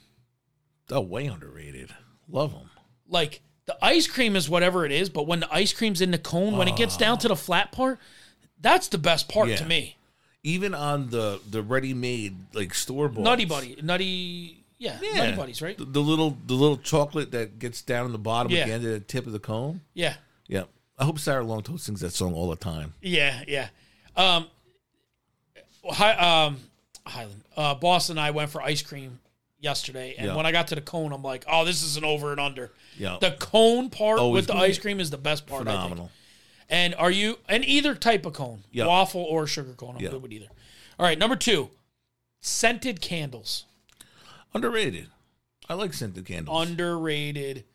oh, way underrated. Love them. Like the ice cream is whatever it is, but when the ice cream's in the cone, when it gets down to the flat part, that's the best part Yeah. to me. Even on the the ready made like store bought Nutty buddy, nutty, yeah, nutty buddies, right? The, the little the little chocolate that gets down in the bottom Yeah. at the end of the tip of the cone. Yeah. Yep. I hope Sarah Longtoe sings that song all the time. Yeah, yeah. Um, hi, um, Highland, uh, Boss and I went for ice cream yesterday, and Yeah. when I got to the cone, I'm like, "Oh, this is an over and under." Yeah. Oh, The cone part Always with the great. ice cream is the best part. I think. Phenomenal. And are you and either type of cone, Yeah. waffle or sugar cone? I'm Yeah. good with either. All right, number two, scented candles, Underrated. I like scented candles. underrated.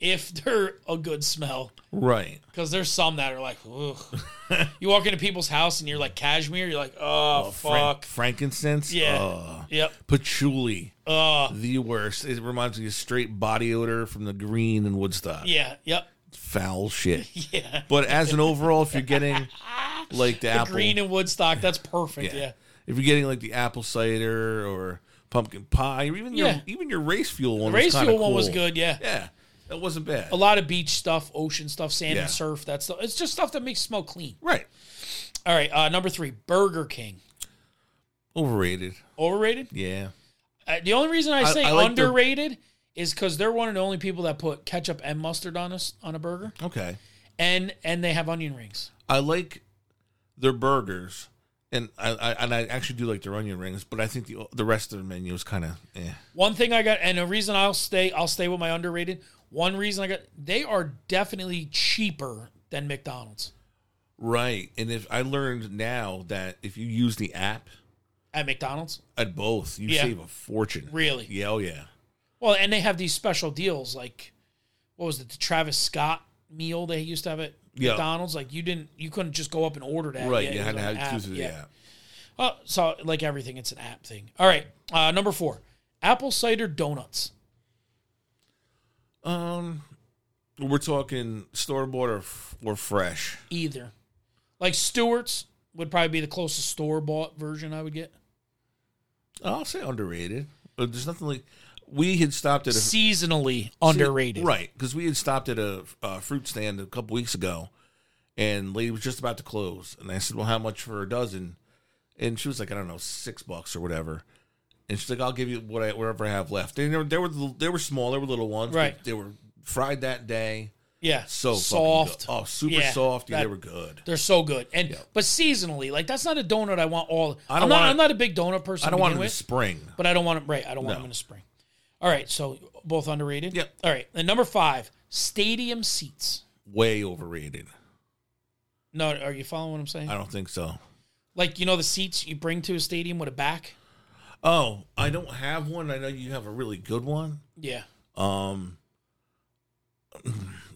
If they're a good smell, right. because there's some that are like, ugh. you walk into people's house and you're like cashmere, you're like, oh, Fran- Ah. fuck, frankincense. Yeah. Ugh. Yep. Ah. patchouli. the worst. It reminds me of straight body odor from the green and Woodstock. Yeah. Yep. Foul shit. Yeah. But as an overall, if you're getting like the, apple, Green and Woodstock. That's perfect. Yeah. if you're getting like the apple cider or pumpkin pie, or even Yeah. your even your race fuel one, Race was kinda fuel one was cool. good. Yeah. Yeah, that wasn't bad. A lot of beach stuff, ocean stuff, sand Yeah. and surf. That's the, it's just stuff that makes smell clean. Right, All right. Uh, number three, Burger King. overrated. Overrated. Yeah, Uh, the only reason I I- say I like their- underrated is because they're one of the only people that put ketchup and mustard on us on a burger, okay. and and they have onion rings. I like their burgers, and I, I and I actually do like their onion rings, but I think the the rest of the menu is kind of eh. One thing I got, and a reason I'll stay, I'll stay with my underrated. One reason I got, they are definitely cheaper than McDonald's right. And if I learned now that if you use the app at McDonald's. at both, you Yeah. save a fortune. Really? Yeah. Oh yeah. Well, and they have these special deals like what was it, the Travis Scott meal they used to have at Yeah. McDonald's? Like you didn't you couldn't just go up and order that. Right, Yeah, you it had was to on have an app. to use the Yeah. app. Oh, so like everything, it's an app thing. All right. Uh, number four. Apple cider donuts. Um, we're talking store bought or, f- or fresh. Either. Like Stewart's would probably be the closest store bought version I would get. I'll say underrated. But there's nothing like we had stopped at a Seasonally underrated. right? Because we had stopped at a, uh fruit stand a couple weeks ago, and lady was just about to close, and I said, "Well, how much for a dozen?" And she was like, "I don't know, six bucks or whatever." and she's like, "I'll give you what I whatever I have left." And they were they were, they were small, they were little ones, but Right. They were fried that day, Yeah. so soft. fucking good. Oh, super Yeah, soft. Yeah, that- they were good. They're so good. And but seasonally, like that's not a donut I want all. I I don't am not, want it- I'm not a big donut person. I to don't want begin them in with, the spring. but I don't want them. Right, I don't want No. them in the spring. All right, so both underrated. Yep. All right, and number five, stadium seats. Way overrated. No, are you following what I'm saying? I don't think so. Like you know the seats you bring to a stadium with a back. Oh, I don't have one. I know you have a really good one. Yeah. Um,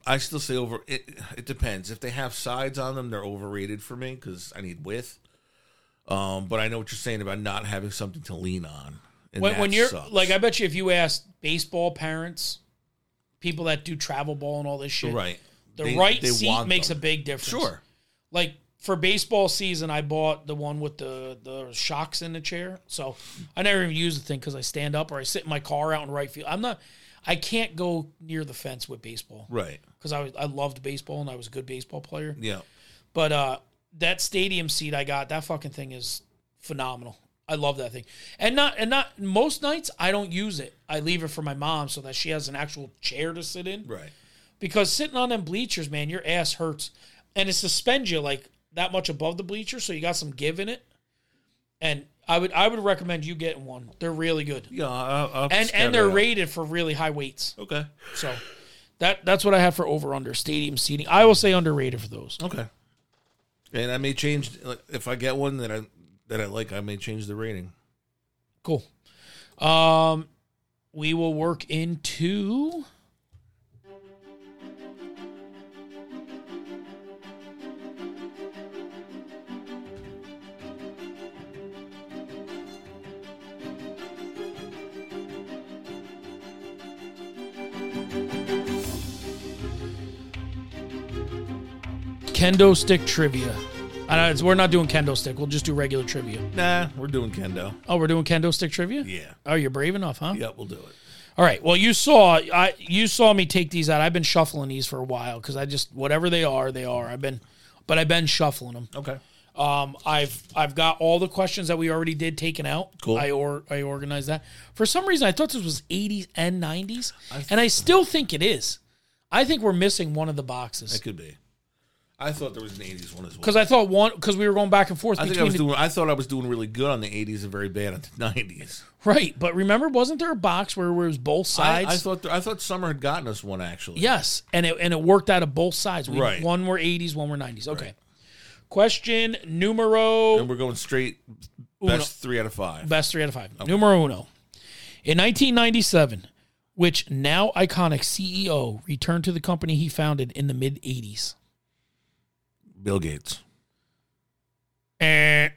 I still say over. It, it depends. If they have sides on them, they're overrated for me because I need width. Um, but I know what you're saying about not having something to lean on. And When, that when you're sucks. like, I bet you if you asked baseball parents, people that do travel ball and all this shit, right, the They- right they seat want makes them. a big difference. sure. like for baseball season, I bought the one with the the shocks in the chair. So I never even use the thing because I stand up or I sit in my car out in right field. I'm not. I can't go near the fence with baseball Right. because I was, I loved baseball and I was a good baseball player. Yeah. But uh, that stadium seat I got, that fucking thing is phenomenal. I love that thing, and not and not most nights I don't use it. I leave it for my mom so that she has an actual chair to sit in Right. because sitting on them bleachers, man, your ass hurts, and it suspends you like that much above the bleacher, so you got some give in it. And I would I would recommend you getting one. They're really good, Yeah. I'll, I'll and scout and they're it out. rated for really high weights. Okay. So that that's what I have for over under stadium seating. I will say underrated for those. Okay. And I may change like, if I get one that I that I like. I may change the rating. Cool. Um, we will work into. Kendo stick trivia. I know it's, we're not doing kendo stick. We'll just do regular trivia. Nah, we're doing kendo. Oh, we're doing kendo stick trivia. Yeah. Oh, you're brave enough, huh? Yeah, we'll do it. All right. Well, you saw I you saw me take these out. I've been shuffling these for a while because I just whatever they are, they are. I've been, but I've been shuffling them. Okay. Um, I've I've got all the questions that we already did taken out. Cool. I or I organized that. For some reason, I thought this was 80s and 90s, and I still think it is. I think we're missing one of the boxes It could be. I thought there was an '80s one as well. because I thought one because we were going back and forth I think I between was the, doing. I thought I was doing really good on the '80s and very bad on the '90s. right. But remember, wasn't there a box where, where it was both I, sides? I thought. I thought Summer had gotten us one actually. Yes, and it and it worked out of both sides. We, Right. One were eighties, one were nineties. Okay. Question numero And we're going straight best three out of five. best three out of five. Numero uno. In nineteen ninety seven, which now iconic CEO returned to the company he founded in the mid eighties? Bill Gates. Eh.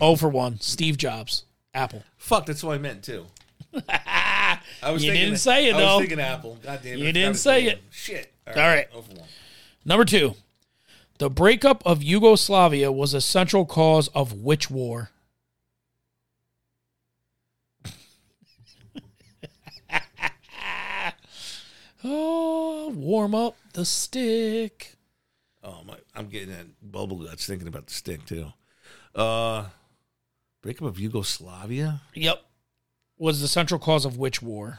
Oh for one. Steve Jobs. Apple. Fuck, that's what I meant too. I was You thinking, didn't say it, I was though. thinking Apple. God damn it. You I forgot didn't his say name. it. Shit. All right. oh for one. Number two. The breakup of Yugoslavia was a central cause of which war? oh, warm up the stick. Oh my! I'm getting that bubble guts thinking about the stick too. Uh, breakup of Yugoslavia. Yep. Was the central cause of which war?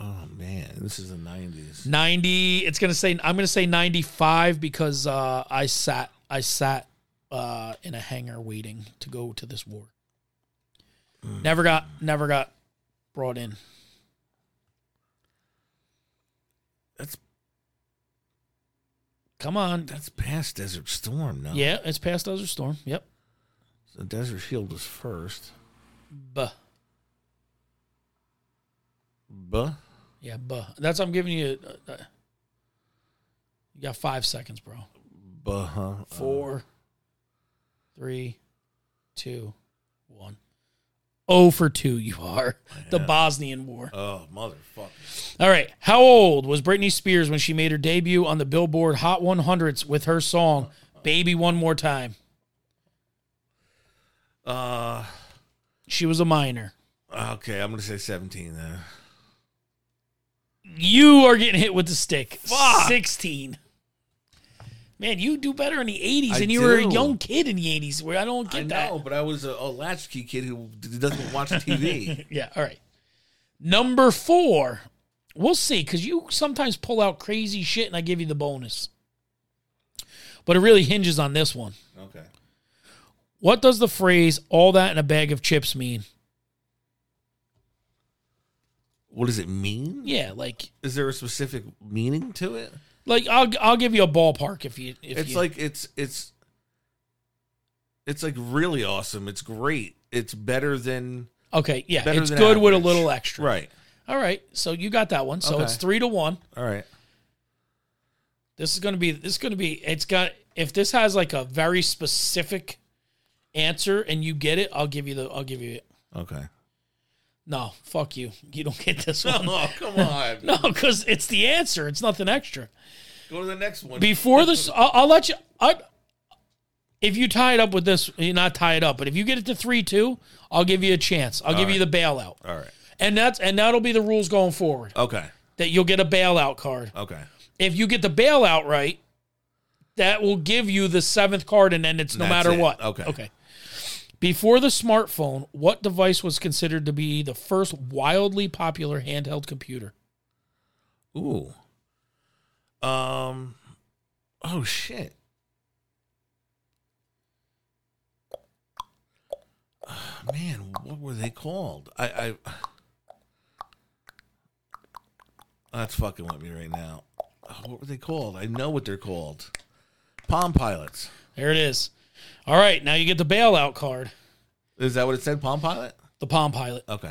Oh man, this is the '90s. 90 it's gonna say i'm gonna say 95 because uh i sat i sat uh in a hangar waiting to go to this war never got never got brought in That's come on that's past Desert Storm now. yeah it's past desert storm yep The Desert Shield was first. buh But yeah buh that's i'm giving you uh, uh, you got five seconds bro but huh. Four, three, two, one. Oh for two you are the bosnian war Oh motherfucker! All right. How old was Britney Spears when she made her debut on the Billboard Hot 100s with her song "Baby One More Time"? Uh, She was a minor. okay, I'm gonna say 17 then. You are getting hit with the stick. Sixteen. Man, you do better in the 80s, I and you were a do. young kid in the 80s. Where I don't I get that. know, but I was a, a latchkey kid who d- doesn't watch TV. Yeah, all right. Number four, we'll see, because you sometimes pull out crazy shit and I give you the bonus. But it really hinges on this one. okay. What does the phrase all that in a bag of chips mean? What does it mean? Yeah, like Is there a specific meaning to it? like I'll I'll give you a ballpark if you if it's you, like it's it's it's like really awesome. It's great. It's better than okay, yeah, better it's than good with a average. little extra. right. All right. So you got that one. So Okay. it's three to one. All right. This is gonna be this is gonna be it's got if this has like a very specific answer and you get it, I'll give you the I'll give you it. Okay. No, fuck you. You don't get this one. Oh come on! No, because it's the answer. It's nothing extra. Go to the next one. Before this, I'll, I'll let you. I, if you tie it up with this, you not tie it up, but if you get it to three two, I'll give you a chance. I'll give you the bailout, All right. and that's and that'll be the rules going forward. Okay. That you'll get a bailout card. Okay. If you get the bailout right, that will give you the seventh card, and then it's no That's matter it. what. Okay. Okay. Before the smartphone, what device was considered to be the first wildly popular handheld computer? Ooh. Um. Oh shit. Ah, Man, what were they called? I. I That's fucking with me right now. Ah, What were they called? I know what they're called. Palm pilots. There it is. All right, now you get the bailout card, Is that what it said? Palm pilot. the Palm Pilot. Okay.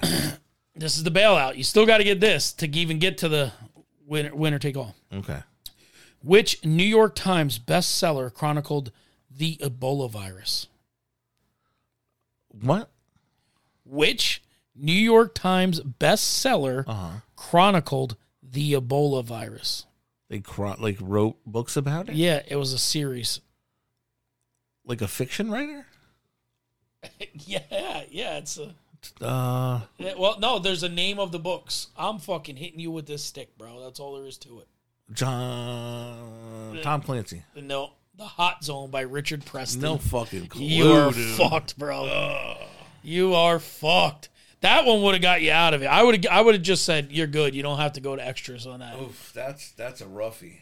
This is the bailout. You still got to get this to even get to the winner, winner take all. okay. Which New York Times bestseller chronicled the Ebola virus? What? Which New York Times bestseller chronicled the Ebola virus? They cro- like wrote books about it. Yeah, it was a series. Like a fiction writer. Yeah, yeah, it's a. Uh. yeah, Well, no, there's a name of the books. I'm fucking hitting you with this stick, bro. That's all there is to it. John Tom Clancy. No, The Hot Zone by Richard Preston. No fucking clue. You are dude. fucked, bro. You are fucked. That one would have got you out of it. I would I would have just said you're good. You don't have to go to extras on that. Oof, that's that's a roughie.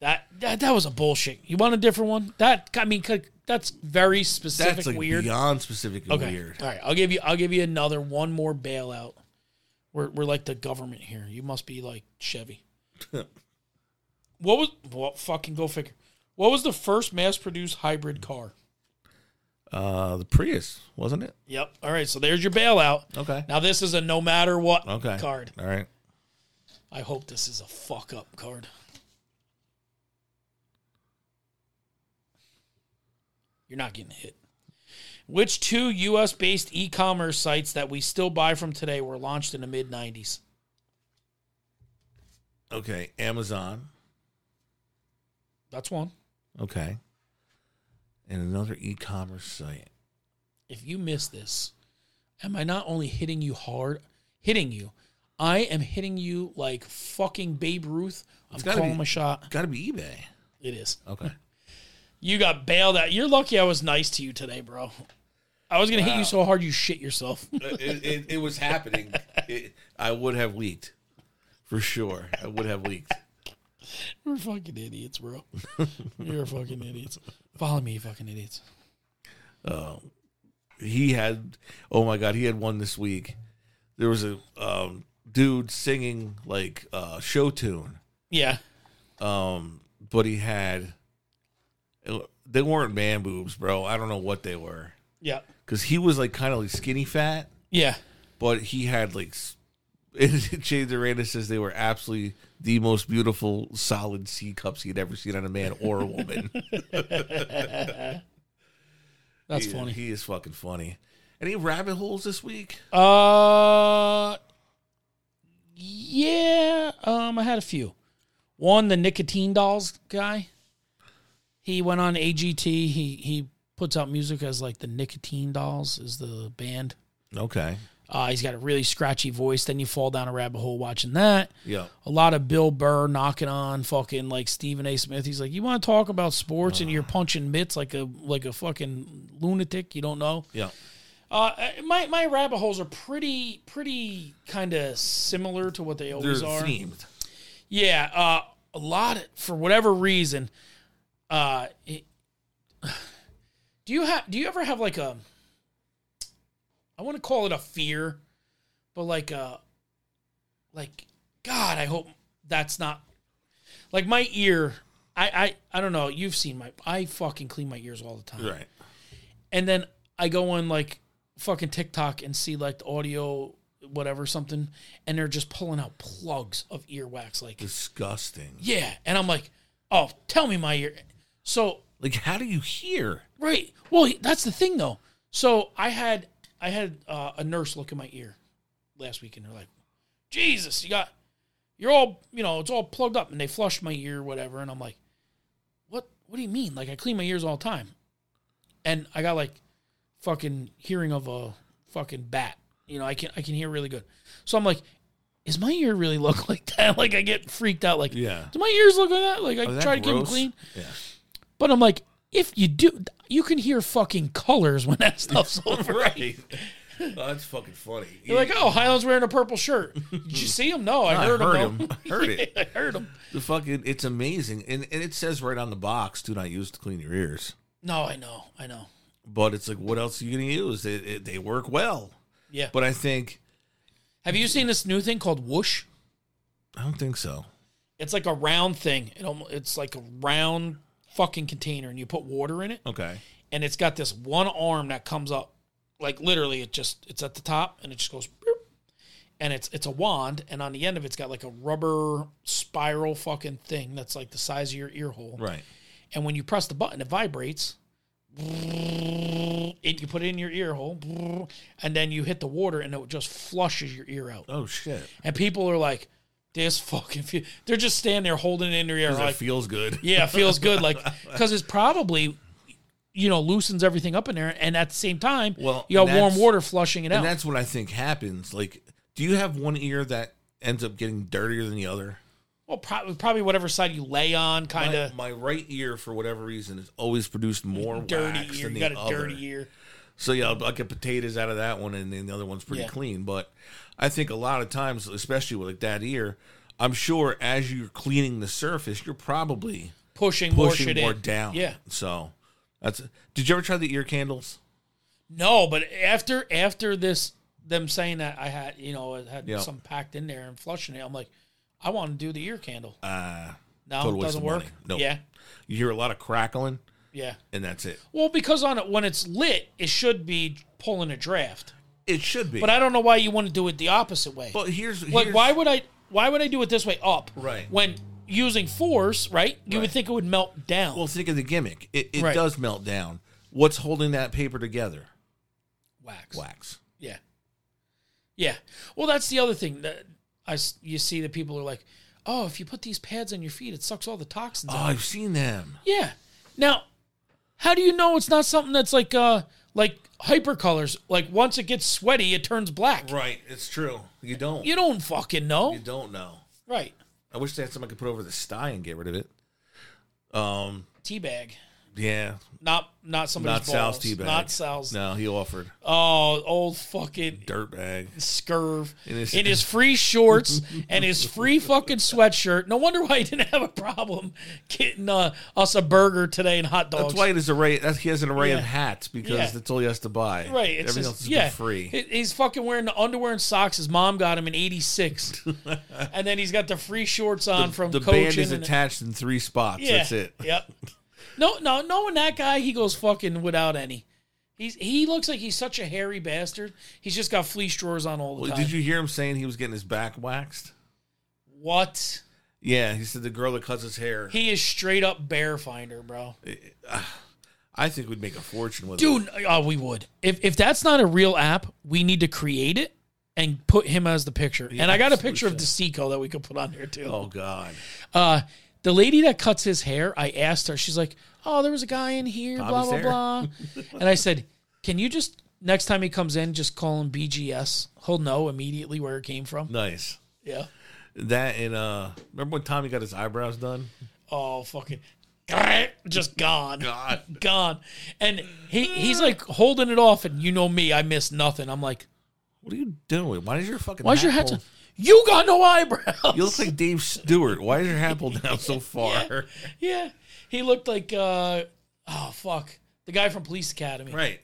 That, that that was a bullshit. You want a different one? That I mean, c- that's very specific. That's like weird. beyond specific and okay. weird. All right. I'll give you I'll give you another one more bailout. We're we're like the government here. You must be like Chevy. what was well fucking go figure. What was the first mass produced hybrid car? Uh, the Prius wasn't it? Yep. All right. So there's your bailout. Okay. Now this is a no matter what Okay. card. All right. I hope this is a fuck up card. You're not getting hit. Which two US based e commerce sites that we still buy from today were launched in the mid 90s? Okay. Amazon. That's one. Okay. And another e-commerce site. If you miss this, am I not only hitting you hard, hitting you, I am hitting you like fucking Babe Ruth. I'm gotta calling be- him a shot. Got to be eBay. It is. Okay. You got bailed out. You're lucky I was nice to you today, bro. I was gonna hit you so hard you shit yourself. it, it, it was happening. It, I would have leaked, for sure. I would have leaked. You're fucking idiots, bro. You're fucking idiots. Follow me, you fucking idiots. he had oh my god he had one this week there was a um, dude singing like uh show tune Yeah. um but he had they weren't man boobs bro i don't know what they were Yeah. because he was like kind of like skinny fat Yeah. but he had like s- and Jay Duranda says they were absolutely the most beautiful solid C cups he'd ever seen on a man or a woman. That's He- funny. He is fucking funny. Any rabbit holes this week? Uh yeah. Um, I had a few. One, the nicotine dolls guy. He went on AGT. He he puts out music as like the nicotine dolls is the band. Okay. Uh, he's got a really scratchy voice. Then you fall down a rabbit hole watching that. Yeah. A lot of Bill Burr knocking on fucking like Stephen A. Smith. He's like, you want to talk about sports and you're punching mitts like a like a fucking lunatic. You don't know. Yeah. Uh, my my rabbit holes are pretty pretty kind of similar to what they They're always are. themed. Yeah, uh, a lot of- for whatever reason. Uh, it- do you have? Do you ever have like a? I want to call it a fear, but like a, like God, I hope that's not. Like my ear, I I I don't know. You've seen my. I fucking clean my ears all the time Right. and then I go on like fucking TikTok and see like the audio whatever something, and they're just pulling out plugs of earwax. Like Disgusting. yeah, and I'm like, oh, tell me my ear. So Like, how do you hear? right, well he- that's the thing though. So I had I had uh, a nurse look in my ear last week, and they're like, Jesus, you got you're all you know it's all plugged up, and they flushed my ear whatever, and I'm like, what What do you mean? Like I clean my ears all the time, and I got like fucking hearing of a fucking bat. You know, I can I can hear really good. So I'm like, is my ear really look like that? Like I get freaked out. Like, Yeah. do my ears look like that? Like I Is that try to keep them gross? clean, Yeah. but I'm like, if you do, you can hear fucking colors when that stuff's over. Right. oh, that's fucking funny. You're like, oh, Highland's wearing a purple shirt. Did you see him? No, I, I heard, heard him. him. though. I heard it. I heard him. The fucking, it's amazing. And, and it says right on the box, do not use to clean your ears. No, I know. I know. But it's like, what else are you going to use? It, it, they work well. Yeah. But I think, Have you seen this new thing called Whoosh? I don't think so. It's like a round thing. It almost, it's like a round fucking container, and you put water in it, Okay. and it's got this one arm that comes up, like literally, it just it's at the top, and it just goes, boop. and it's it's a wand, and on the end of it's got like a rubber spiral fucking thing that's like the size of your ear hole, Right. and when you press the button, it vibrates. It, you put it in your ear hole, and then you hit the water, and it just flushes your ear out. Oh, shit. And people are like, "This fucking," fe-. they're just standing there holding it in their ear, That like, feels good. yeah, it feels good. Like, because it's probably, you know, loosens everything up in there. And at the same time, Well, you got warm that's- water flushing it out. And that's what I think happens. Like, do you have one ear that ends up getting dirtier than the other? well, probably, probably whatever side you lay on, kind of My, my right ear, for whatever reason, has always produced more dirty wax ear. than You the got a other. dirty ear. So yeah, I'll, I'll get potatoes out of that one, and then the other one's pretty Yeah. clean. But I think a lot of times, especially with like that ear, I'm sure as you're cleaning the surface, you're probably Pushing, more pushing shit more in. down. Yeah. So that's. Did you ever try the ear candles? No, but after after this, them saying that I had, you know, I had Yeah. some packed in there and flushing it, I'm like, I want to do the ear candle. Uh, No, total it waste doesn't of work. money. Nope. Yeah. you hear a lot of crackling, Yeah. and that's it. Well, because on it when it's lit, it should be pulling a draft. It should be. But I don't know why you want to do it the opposite way. But here's, like, here's- why would I? Why would I do it this way up? Right. When using force, right? You would Right. think it would melt down. Well, think of the gimmick. It, it Right. does melt down. What's holding that paper together? wax. Wax. Yeah. Yeah. Well, that's the other thing that I s- you see that people are like, oh, if you put these pads on your feet, it sucks all the toxins Oh, out. I've seen them. Yeah. Now, how do you know it's not something that's like uh like hyper colors? Like once it gets sweaty, it turns black. Right. It's true. You don't. You don't fucking know. you don't know. Right. I wish they had something I could put over the sty and get rid of it. Um. Teabag. Yeah. Not not somebody's not Sal's balls. teabag. Not Sal's. No, he offered Oh, old fucking dirtbag. scurv in In his, his- free shorts and his free fucking sweatshirt. No wonder why he didn't have a problem getting uh, us a burger today and hot dogs. That's why it is array. That's, he has an array Yeah. of hats because Yeah. that's all he has to buy. Right, it's Everything just- else is yeah, yeah. free. He- He's fucking wearing the underwear and socks his mom got him in '86, and then he's got the free shorts on from the coaching. band is and- attached in three spots. yeah, That's it. Yep. No, no, knowing that guy, he goes fucking without any. He's he looks like he's such a hairy bastard. He's just got fleece drawers on all the Well, time. did you hear him saying he was getting his back waxed? what? Yeah, he said the girl that cuts his hair. He is straight up bear finder, bro. I think we'd make a fortune with it. Dude, oh, we would. If if that's not a real app, we need to create it and put him as the picture. and I got a picture of DeSico that we could put on there too. Oh God, Uh, the lady that cuts his hair, I asked her. She's like, "Oh, there was a guy in here, Bob blah is blah there." blah," and I said, "Can you just next time he comes in, just call him BGS. He'll know immediately where it came from. Nice. Yeah. That and uh remember when Tommy got his eyebrows done? Oh fucking just gone. God. Gone. And he he's like holding it off and you know me, I miss nothing. I'm like, What are you doing? Why is your fucking why's your head hat so pulled- you got no eyebrows? You look like Dave Stewart. Why is your hat pulled down so far? yeah. He looked like uh oh fuck. The guy from Police Academy. Right.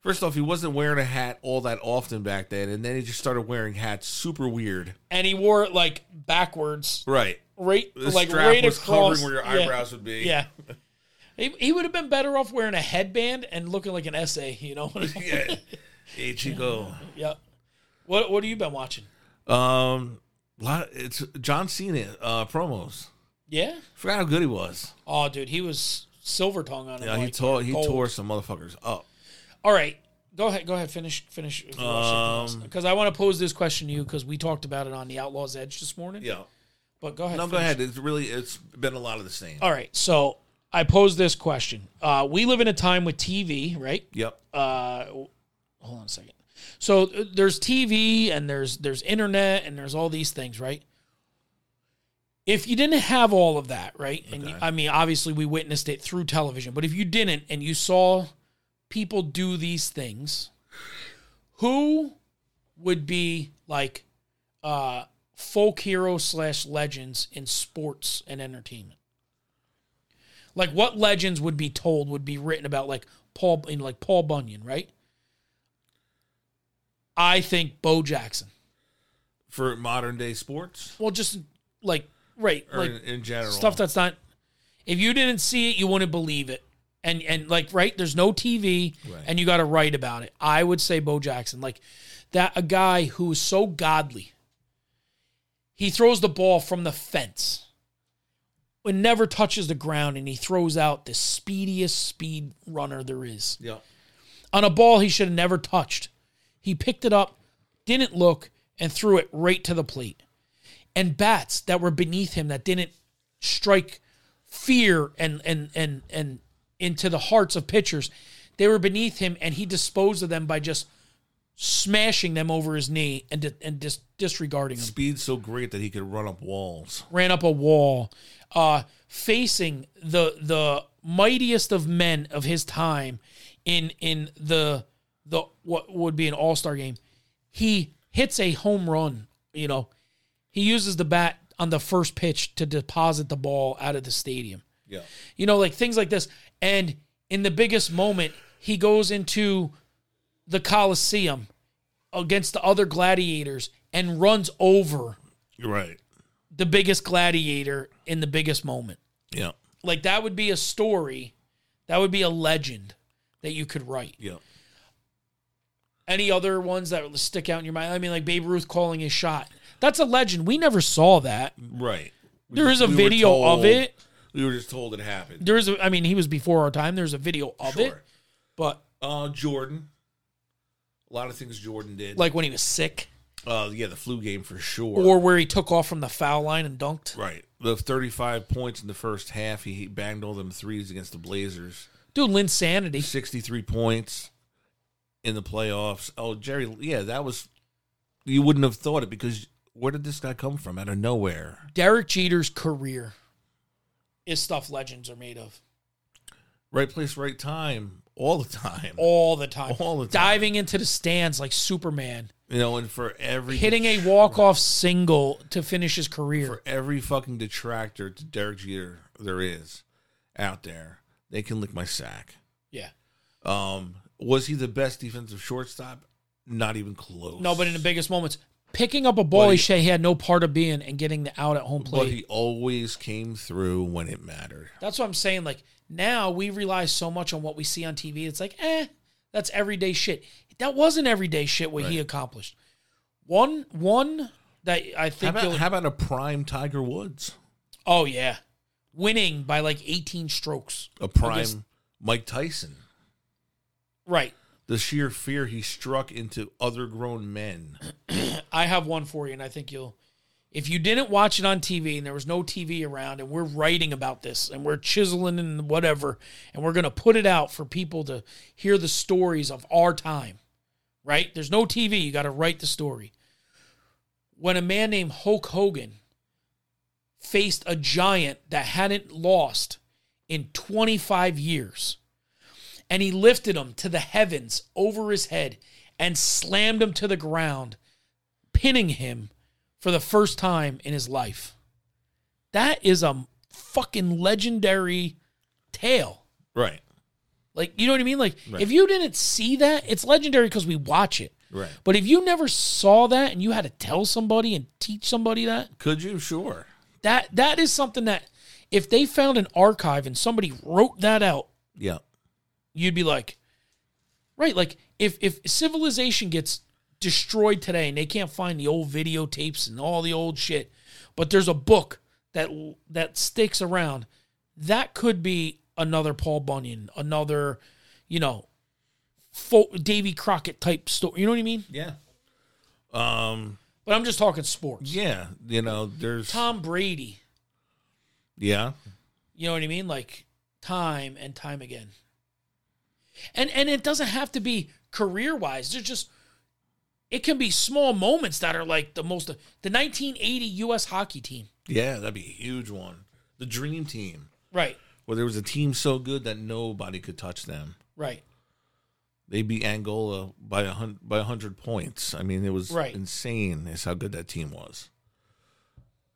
First off, he wasn't wearing a hat all that often back then, and then he just started wearing hats super weird. And he wore it like backwards. Right. Right The like strap right was across covering where your yeah. eyebrows would be. Yeah. He, he would have been better off wearing a headband and looking like an essay, you know? yeah. Hey, Chico. yeah. What what have you been watching? Um, lot it's John Cena uh, promos. Yeah? Forgot how good he was. Oh, dude, he was silver tongue on it. Yeah, he like, tore he gold. tore some motherfuckers up. All right, go ahead, go ahead, finish, finish. Um, Because I want to pose this question to you because we talked about it on the Outlaws Edge this morning. Yeah. but go ahead. No, go finish. ahead. It's really it's been a lot of the same. All right, so I pose this question. Uh, we live in a time with TV, right? Yep. Uh, hold on a second. So uh, there's TV and there's there's internet and there's all these things, right? If you didn't have all of that, right? And Okay. I mean, obviously we witnessed it through television, but if you didn't and you saw people do these things, who would be like uh folk hero slash legends in sports and entertainment? Like what legends would be told would be written about like Paul in like Paul Bunyan, right? I think Bo Jackson. For modern day sports Well, just like right, or like in, in general. stuff that's not. If you didn't see it, you wouldn't believe it. And and like right, there's no TV, Right. and you got to write about it. I would say Bo Jackson, like that, a guy who is so godly. He throws the ball from the fence. It never touches the ground, and he throws out the speediest speed runner there is Yeah. on a ball he should have never touched. He picked it up, didn't look, and threw it right to the plate. And bats that were beneath him that didn't strike fear and and and and into the hearts of pitchers. They were beneath him, and he disposed of them by just smashing them over his knee and di- and dis- disregarding them Speed's so great that he could run up walls. ran up a wall, uh, facing the the mightiest of men of his time in in the the what would be an all star game. He hits a home run. You know, he uses the bat on the first pitch to deposit the ball out of the stadium. Yeah. You know, like things like this. And in the biggest moment, he goes into the Coliseum against the other gladiators and runs over You're right. the biggest gladiator in the biggest moment. Yeah. Like that would be a story, that would be a legend that you could write. Yeah. Any other ones that would stick out in your mind? I mean, like Babe Ruth calling his shot. That's a legend. We never saw that. Right. We There ju- is a we were video of told- it. We were just told it happened. There is, a, I mean, he was before our time. There's a video of it, but Uh, Jordan. A lot of things Jordan did. like when he was sick uh, yeah, the flu game for sure. or where he took off from the foul line and dunked. right, the thirty-five points in the first half. He banged all them threes against the Blazers. Dude, Lynn Sanity. Sixty-three points in the playoffs. Oh, Jerry. Yeah, that was. You wouldn't have thought it because where did this guy come from? Out of nowhere. Derek Jeter's career is stuff legends are made of. Right place, right time, all the time. all the time. All the time. Diving into the stands like Superman, you know, and for every hitting a walk off single to finish his career. for every fucking detractor to Derek Jeter there is out there, they can lick my sack. yeah. Um, was he the best defensive shortstop? Not even close. No, but in the biggest moments, picking up a ball But he, he- he had no part of being and getting the out at home But plate. he always came through when it mattered. That's what I'm saying. Like now we rely so much on what we see on TV. It's like, eh, that's everyday shit. That wasn't everyday shit what he accomplished. One one that I How think about, you'll how about a prime Tiger Woods? Oh yeah. Winning by like 18 strokes. A prime Against- Mike Tyson? Right. The sheer fear he struck into other grown men. I have one for you, and I think you'll. If you didn't watch it on TV and there was no TV around, and we're writing about this and we're chiseling and whatever, and we're going to put it out for people to hear the stories of our time, right? There's no TV. You got to write the story. When a man named Hulk Hogan faced a giant that hadn't lost in 25 years, and he lifted him to the heavens over his head and slammed him to the ground, pinning him for the first time in his life. That is a fucking legendary tale. Right. Like, you know what I mean? Like, Right. if you didn't see that, it's legendary because we watch it. Right. But if you never saw that and you had to tell somebody and teach somebody that, Could you? Sure. that that is something that if they found an archive and somebody wrote that out, Yeah. you'd be like, right? Like, if if civilization gets destroyed today and they can't find the old videotapes and all the old shit, but there's a book that that sticks around, that could be another Paul Bunyan, another, you know, fo- Davy Crockett type story. You know what I mean? Yeah. Um. But I'm just talking sports. Yeah. You know. There's. Tom Brady. Yeah. You know what I mean? Like time and time again. And and it doesn't have to be career wise. There's just it can be small moments that are like the most the 1980 US hockey team. Yeah. That'd be a huge one. The dream team, Right. where there was a team so good that nobody could touch them. Right. They beat Angola by a hundred by a hundred points. I mean, it was Right. insane. Is how good that team was.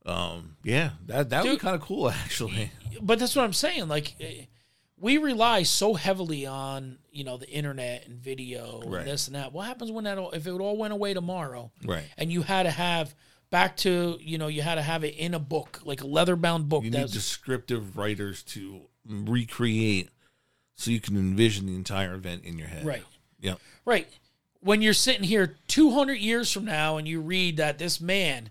Um. Yeah. That that would Dude. be kind of cool, actually. But that's what I'm saying like eh, we rely so heavily on, you know, the internet and video Right. and this and that. What happens when that all if it all went away tomorrow? Right. And you had to have back to, you know, you had to have it in a book, like a leather-bound book You need that's descriptive writers to recreate, so you can envision the entire event in your head. Right. Yeah. Right. When you're sitting here 200 years from now and you read that this man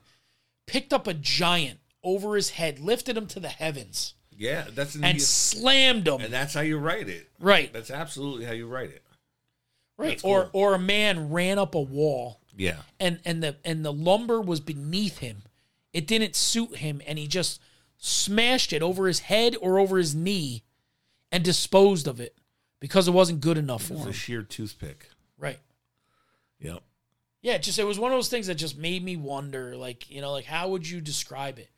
picked up a giant over his head, lifted him to the heavens, Yeah. That's an and slammed him. and that's how you write it. right. That's absolutely how you write it. Right. that's Or cool. or a man ran up a wall Yeah, and and the and the lumber was beneath him. It didn't suit him and he just smashed it over his head or over his knee and disposed of it because it wasn't good enough for it's a him. sheer toothpick. Right. Yep. Yeah, it just it was one of those things that just made me wonder, like you know, like how would you describe it?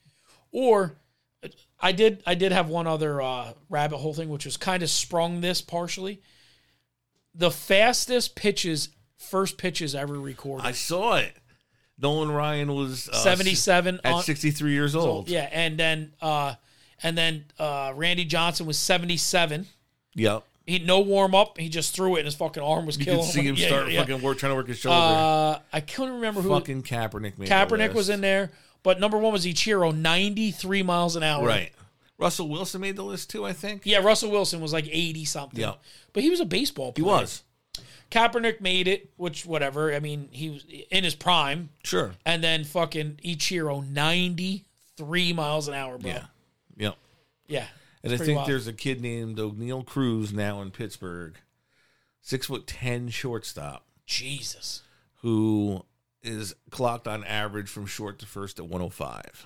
Or I did I did have one other uh, rabbit hole thing, which was kind of sprung this partially. The fastest pitches, first pitches ever recorded, I saw it. Nolan Ryan was uh, seventy-seven at on- 63 years old. Yeah, and then uh, and then uh, Randy Johnson was seventy-seven. Yep. He had no warm up. He just threw it, and his fucking arm was You killing can see him Yeah, start yeah, yeah. fucking work, trying to work his shoulder. Uh, I couldn't remember who fucking Kaepernick made the Kaepernick was list. in there, but number one was Ichiro, 93 miles an hour. Right. Russell Wilson made the list too, I think. Yeah, Russell Wilson was like 80 something. Yeah. But he was a baseball He player. was. Kaepernick made it, which, whatever. I mean, he was in his prime. Sure. And then fucking Ichiro, 93 miles an hour, bro. Yeah. Yeah. Yep. Yeah. And I It's pretty think wild. there's a kid named O'Neill Cruz now in Pittsburgh, six foot ten shortstop, Jesus. who is clocked on average from short to first at 105.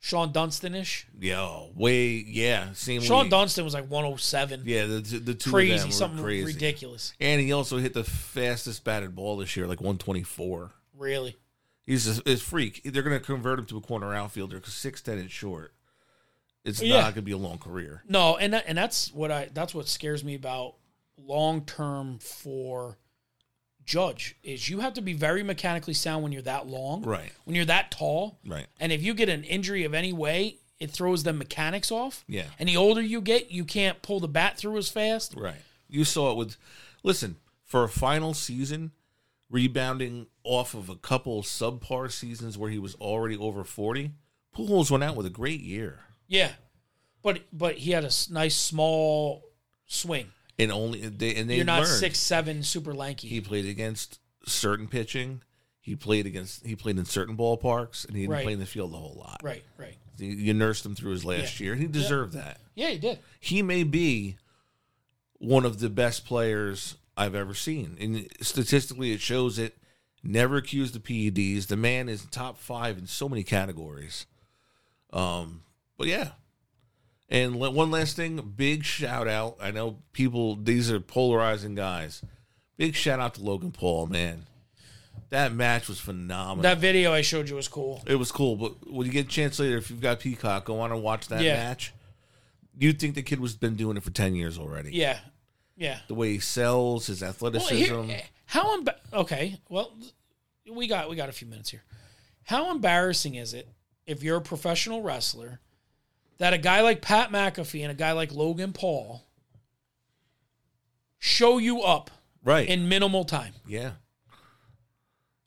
Sean Dunston ish. Yo, way yeah, same. Sean league. Dunston was like 107. Yeah, the the two of them crazy. were Something crazy. ridiculous. And he also hit the fastest batted ball this year, like 124. Really. He's a, is freak. They're going to convert him to a corner outfielder because six ten is short. It's Yeah. not going to be a long career. No, and that, and that's what I that's what scares me about long term for Judge is you have to be very mechanically sound when you're that long, Right. When you're that tall, Right. And if you get an injury of any way, it throws the mechanics off. Yeah. And the older you get, you can't pull the bat through as fast. Right. You saw it with. Listen, for a final season, rebounding off of a couple subpar seasons where he was already over 40, Pujols went out with a great year Yeah. But but he had a s- nice small swing. and only they and they You're not learned. six seven, super lanky. he played against certain pitching. He played against he played in certain ballparks, and he didn't Right. play in the field a whole lot. right. Right. You- You nursed him through his last year, and he deserved that. Yeah, he did. He may be one of the best players I've ever seen, and statistically, it shows it. Never accused the PEDs. The man is top five in so many categories. Um, but yeah. And le- one last thing, big shout out. I know people; these are polarizing guys. Big shout out to Logan Paul, man. That match was phenomenal. That video I showed you was cool. it was cool, but when you get a chance later, if you've got Peacock, go on and watch that Yeah. match. You think the kid was been doing it for ten years already? Yeah, yeah. The way he sells, his Well, eh, athleticism. here, how emba- okay? Well, we got we got a few minutes here. How embarrassing is it if you're a professional wrestler that a guy like Pat McAfee and a guy like Logan Paul show you up right. in minimal time? yeah.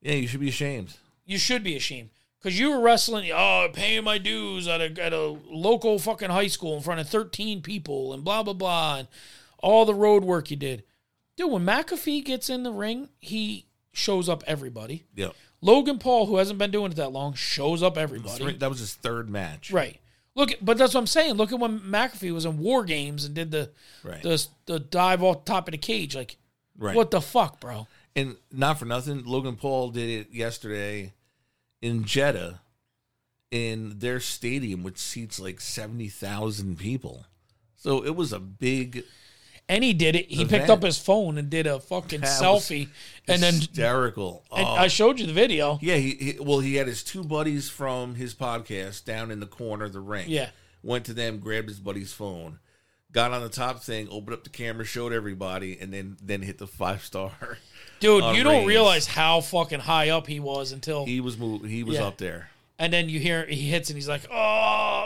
Yeah, you should be ashamed. You should be ashamed because you were wrestling. Oh, paying my dues at a at a local fucking high school in front of thirteen people and blah blah blah and all the road work you did, dude. When McAfee gets in the ring, he shows up everybody. Yeah. Logan Paul, who hasn't been doing it that long, shows up Three- everybody. that was his third match. Right. Look, but that's what I'm saying. Look at when McAfee was in War Games and did the Right. the, the dive off the top of the cage. Like, Right. what the fuck, bro? And not for nothing, Logan Paul did it yesterday in Jeddah in their stadium, which seats like 70,000 people. So it was a big, And he did it. He picked Event. up his phone and did a fucking That was selfie, and then hysterical. and oh, I showed you the video. yeah, he, he well, he had his two buddies from his podcast down in the corner of the ring. Yeah. went to them, grabbed his buddy's phone, got on the top thing, opened up the camera, showed everybody, and then then hit the five star. Dude, Uh, you don't raise. realize how fucking high up he was until, He was mov- he was Yeah. up there. and then you hear he hits and he's like,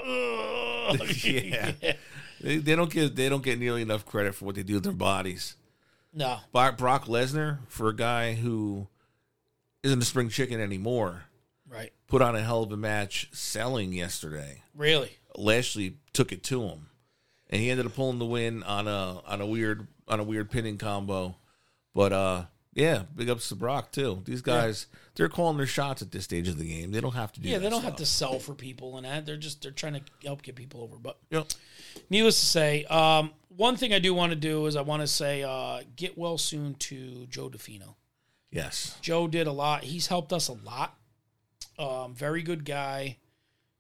oh, ugh." yeah. They, they don't get they don't get nearly enough credit for what they do with their bodies. no, Bar- Brock Lesnar, for a guy who isn't a spring chicken anymore, right, put on a hell of a match selling yesterday. really, Lashley took it to him, and he ended up pulling the win on a on a weird on a weird pinning combo. But uh, yeah, big ups to Brock too. These guys, they're calling their shots at this stage of the game. They don't have to do. yeah, that they don't have to stuff. sell for people and that. They're just they're trying to help get people over. But Yep. needless to say, um, one thing I do want to do is I want to say uh, get well soon to Joe DeFino. Yes. Joe did a lot. He's helped us a lot. Um, very good guy.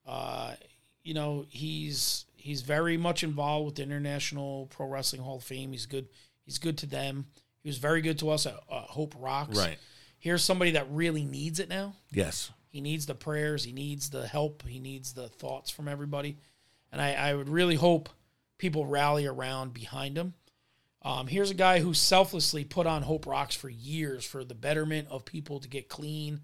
Uh, you know, he's he's very much involved with the International Pro Wrestling Hall of Fame. He's good. He's good to them. He was very good to us at uh, Hope Rocks. Right. Here's somebody that really needs it now. Yes. He needs the prayers. He needs the help. He needs the thoughts from everybody. And I, I would really hope people rally around behind him. Um, here's a guy who selflessly put on Hope Rocks for years for the betterment of people to get clean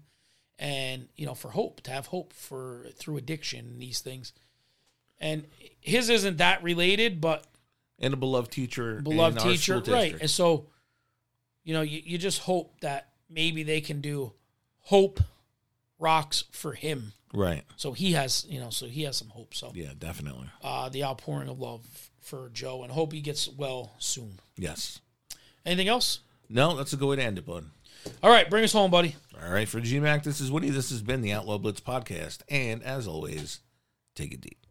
and, you know, for hope, to have hope for through addiction and these things. And his isn't that related, but And a beloved teacher. beloved in our teacher, school right? district. And so, you know, you, you just hope that maybe they can do hope rocks for him, Right. so he has, you know, so he has some hope. So, Yeah. Definitely. uh, the outpouring of love for Joe, and hope he gets well soon. Yes. Anything else? No, that's a good way to end it, bud. All right, bring us home, buddy. All right, for GMAC, this is Woody. This has been the Outlaw Blitz podcast. And as always, take it deep.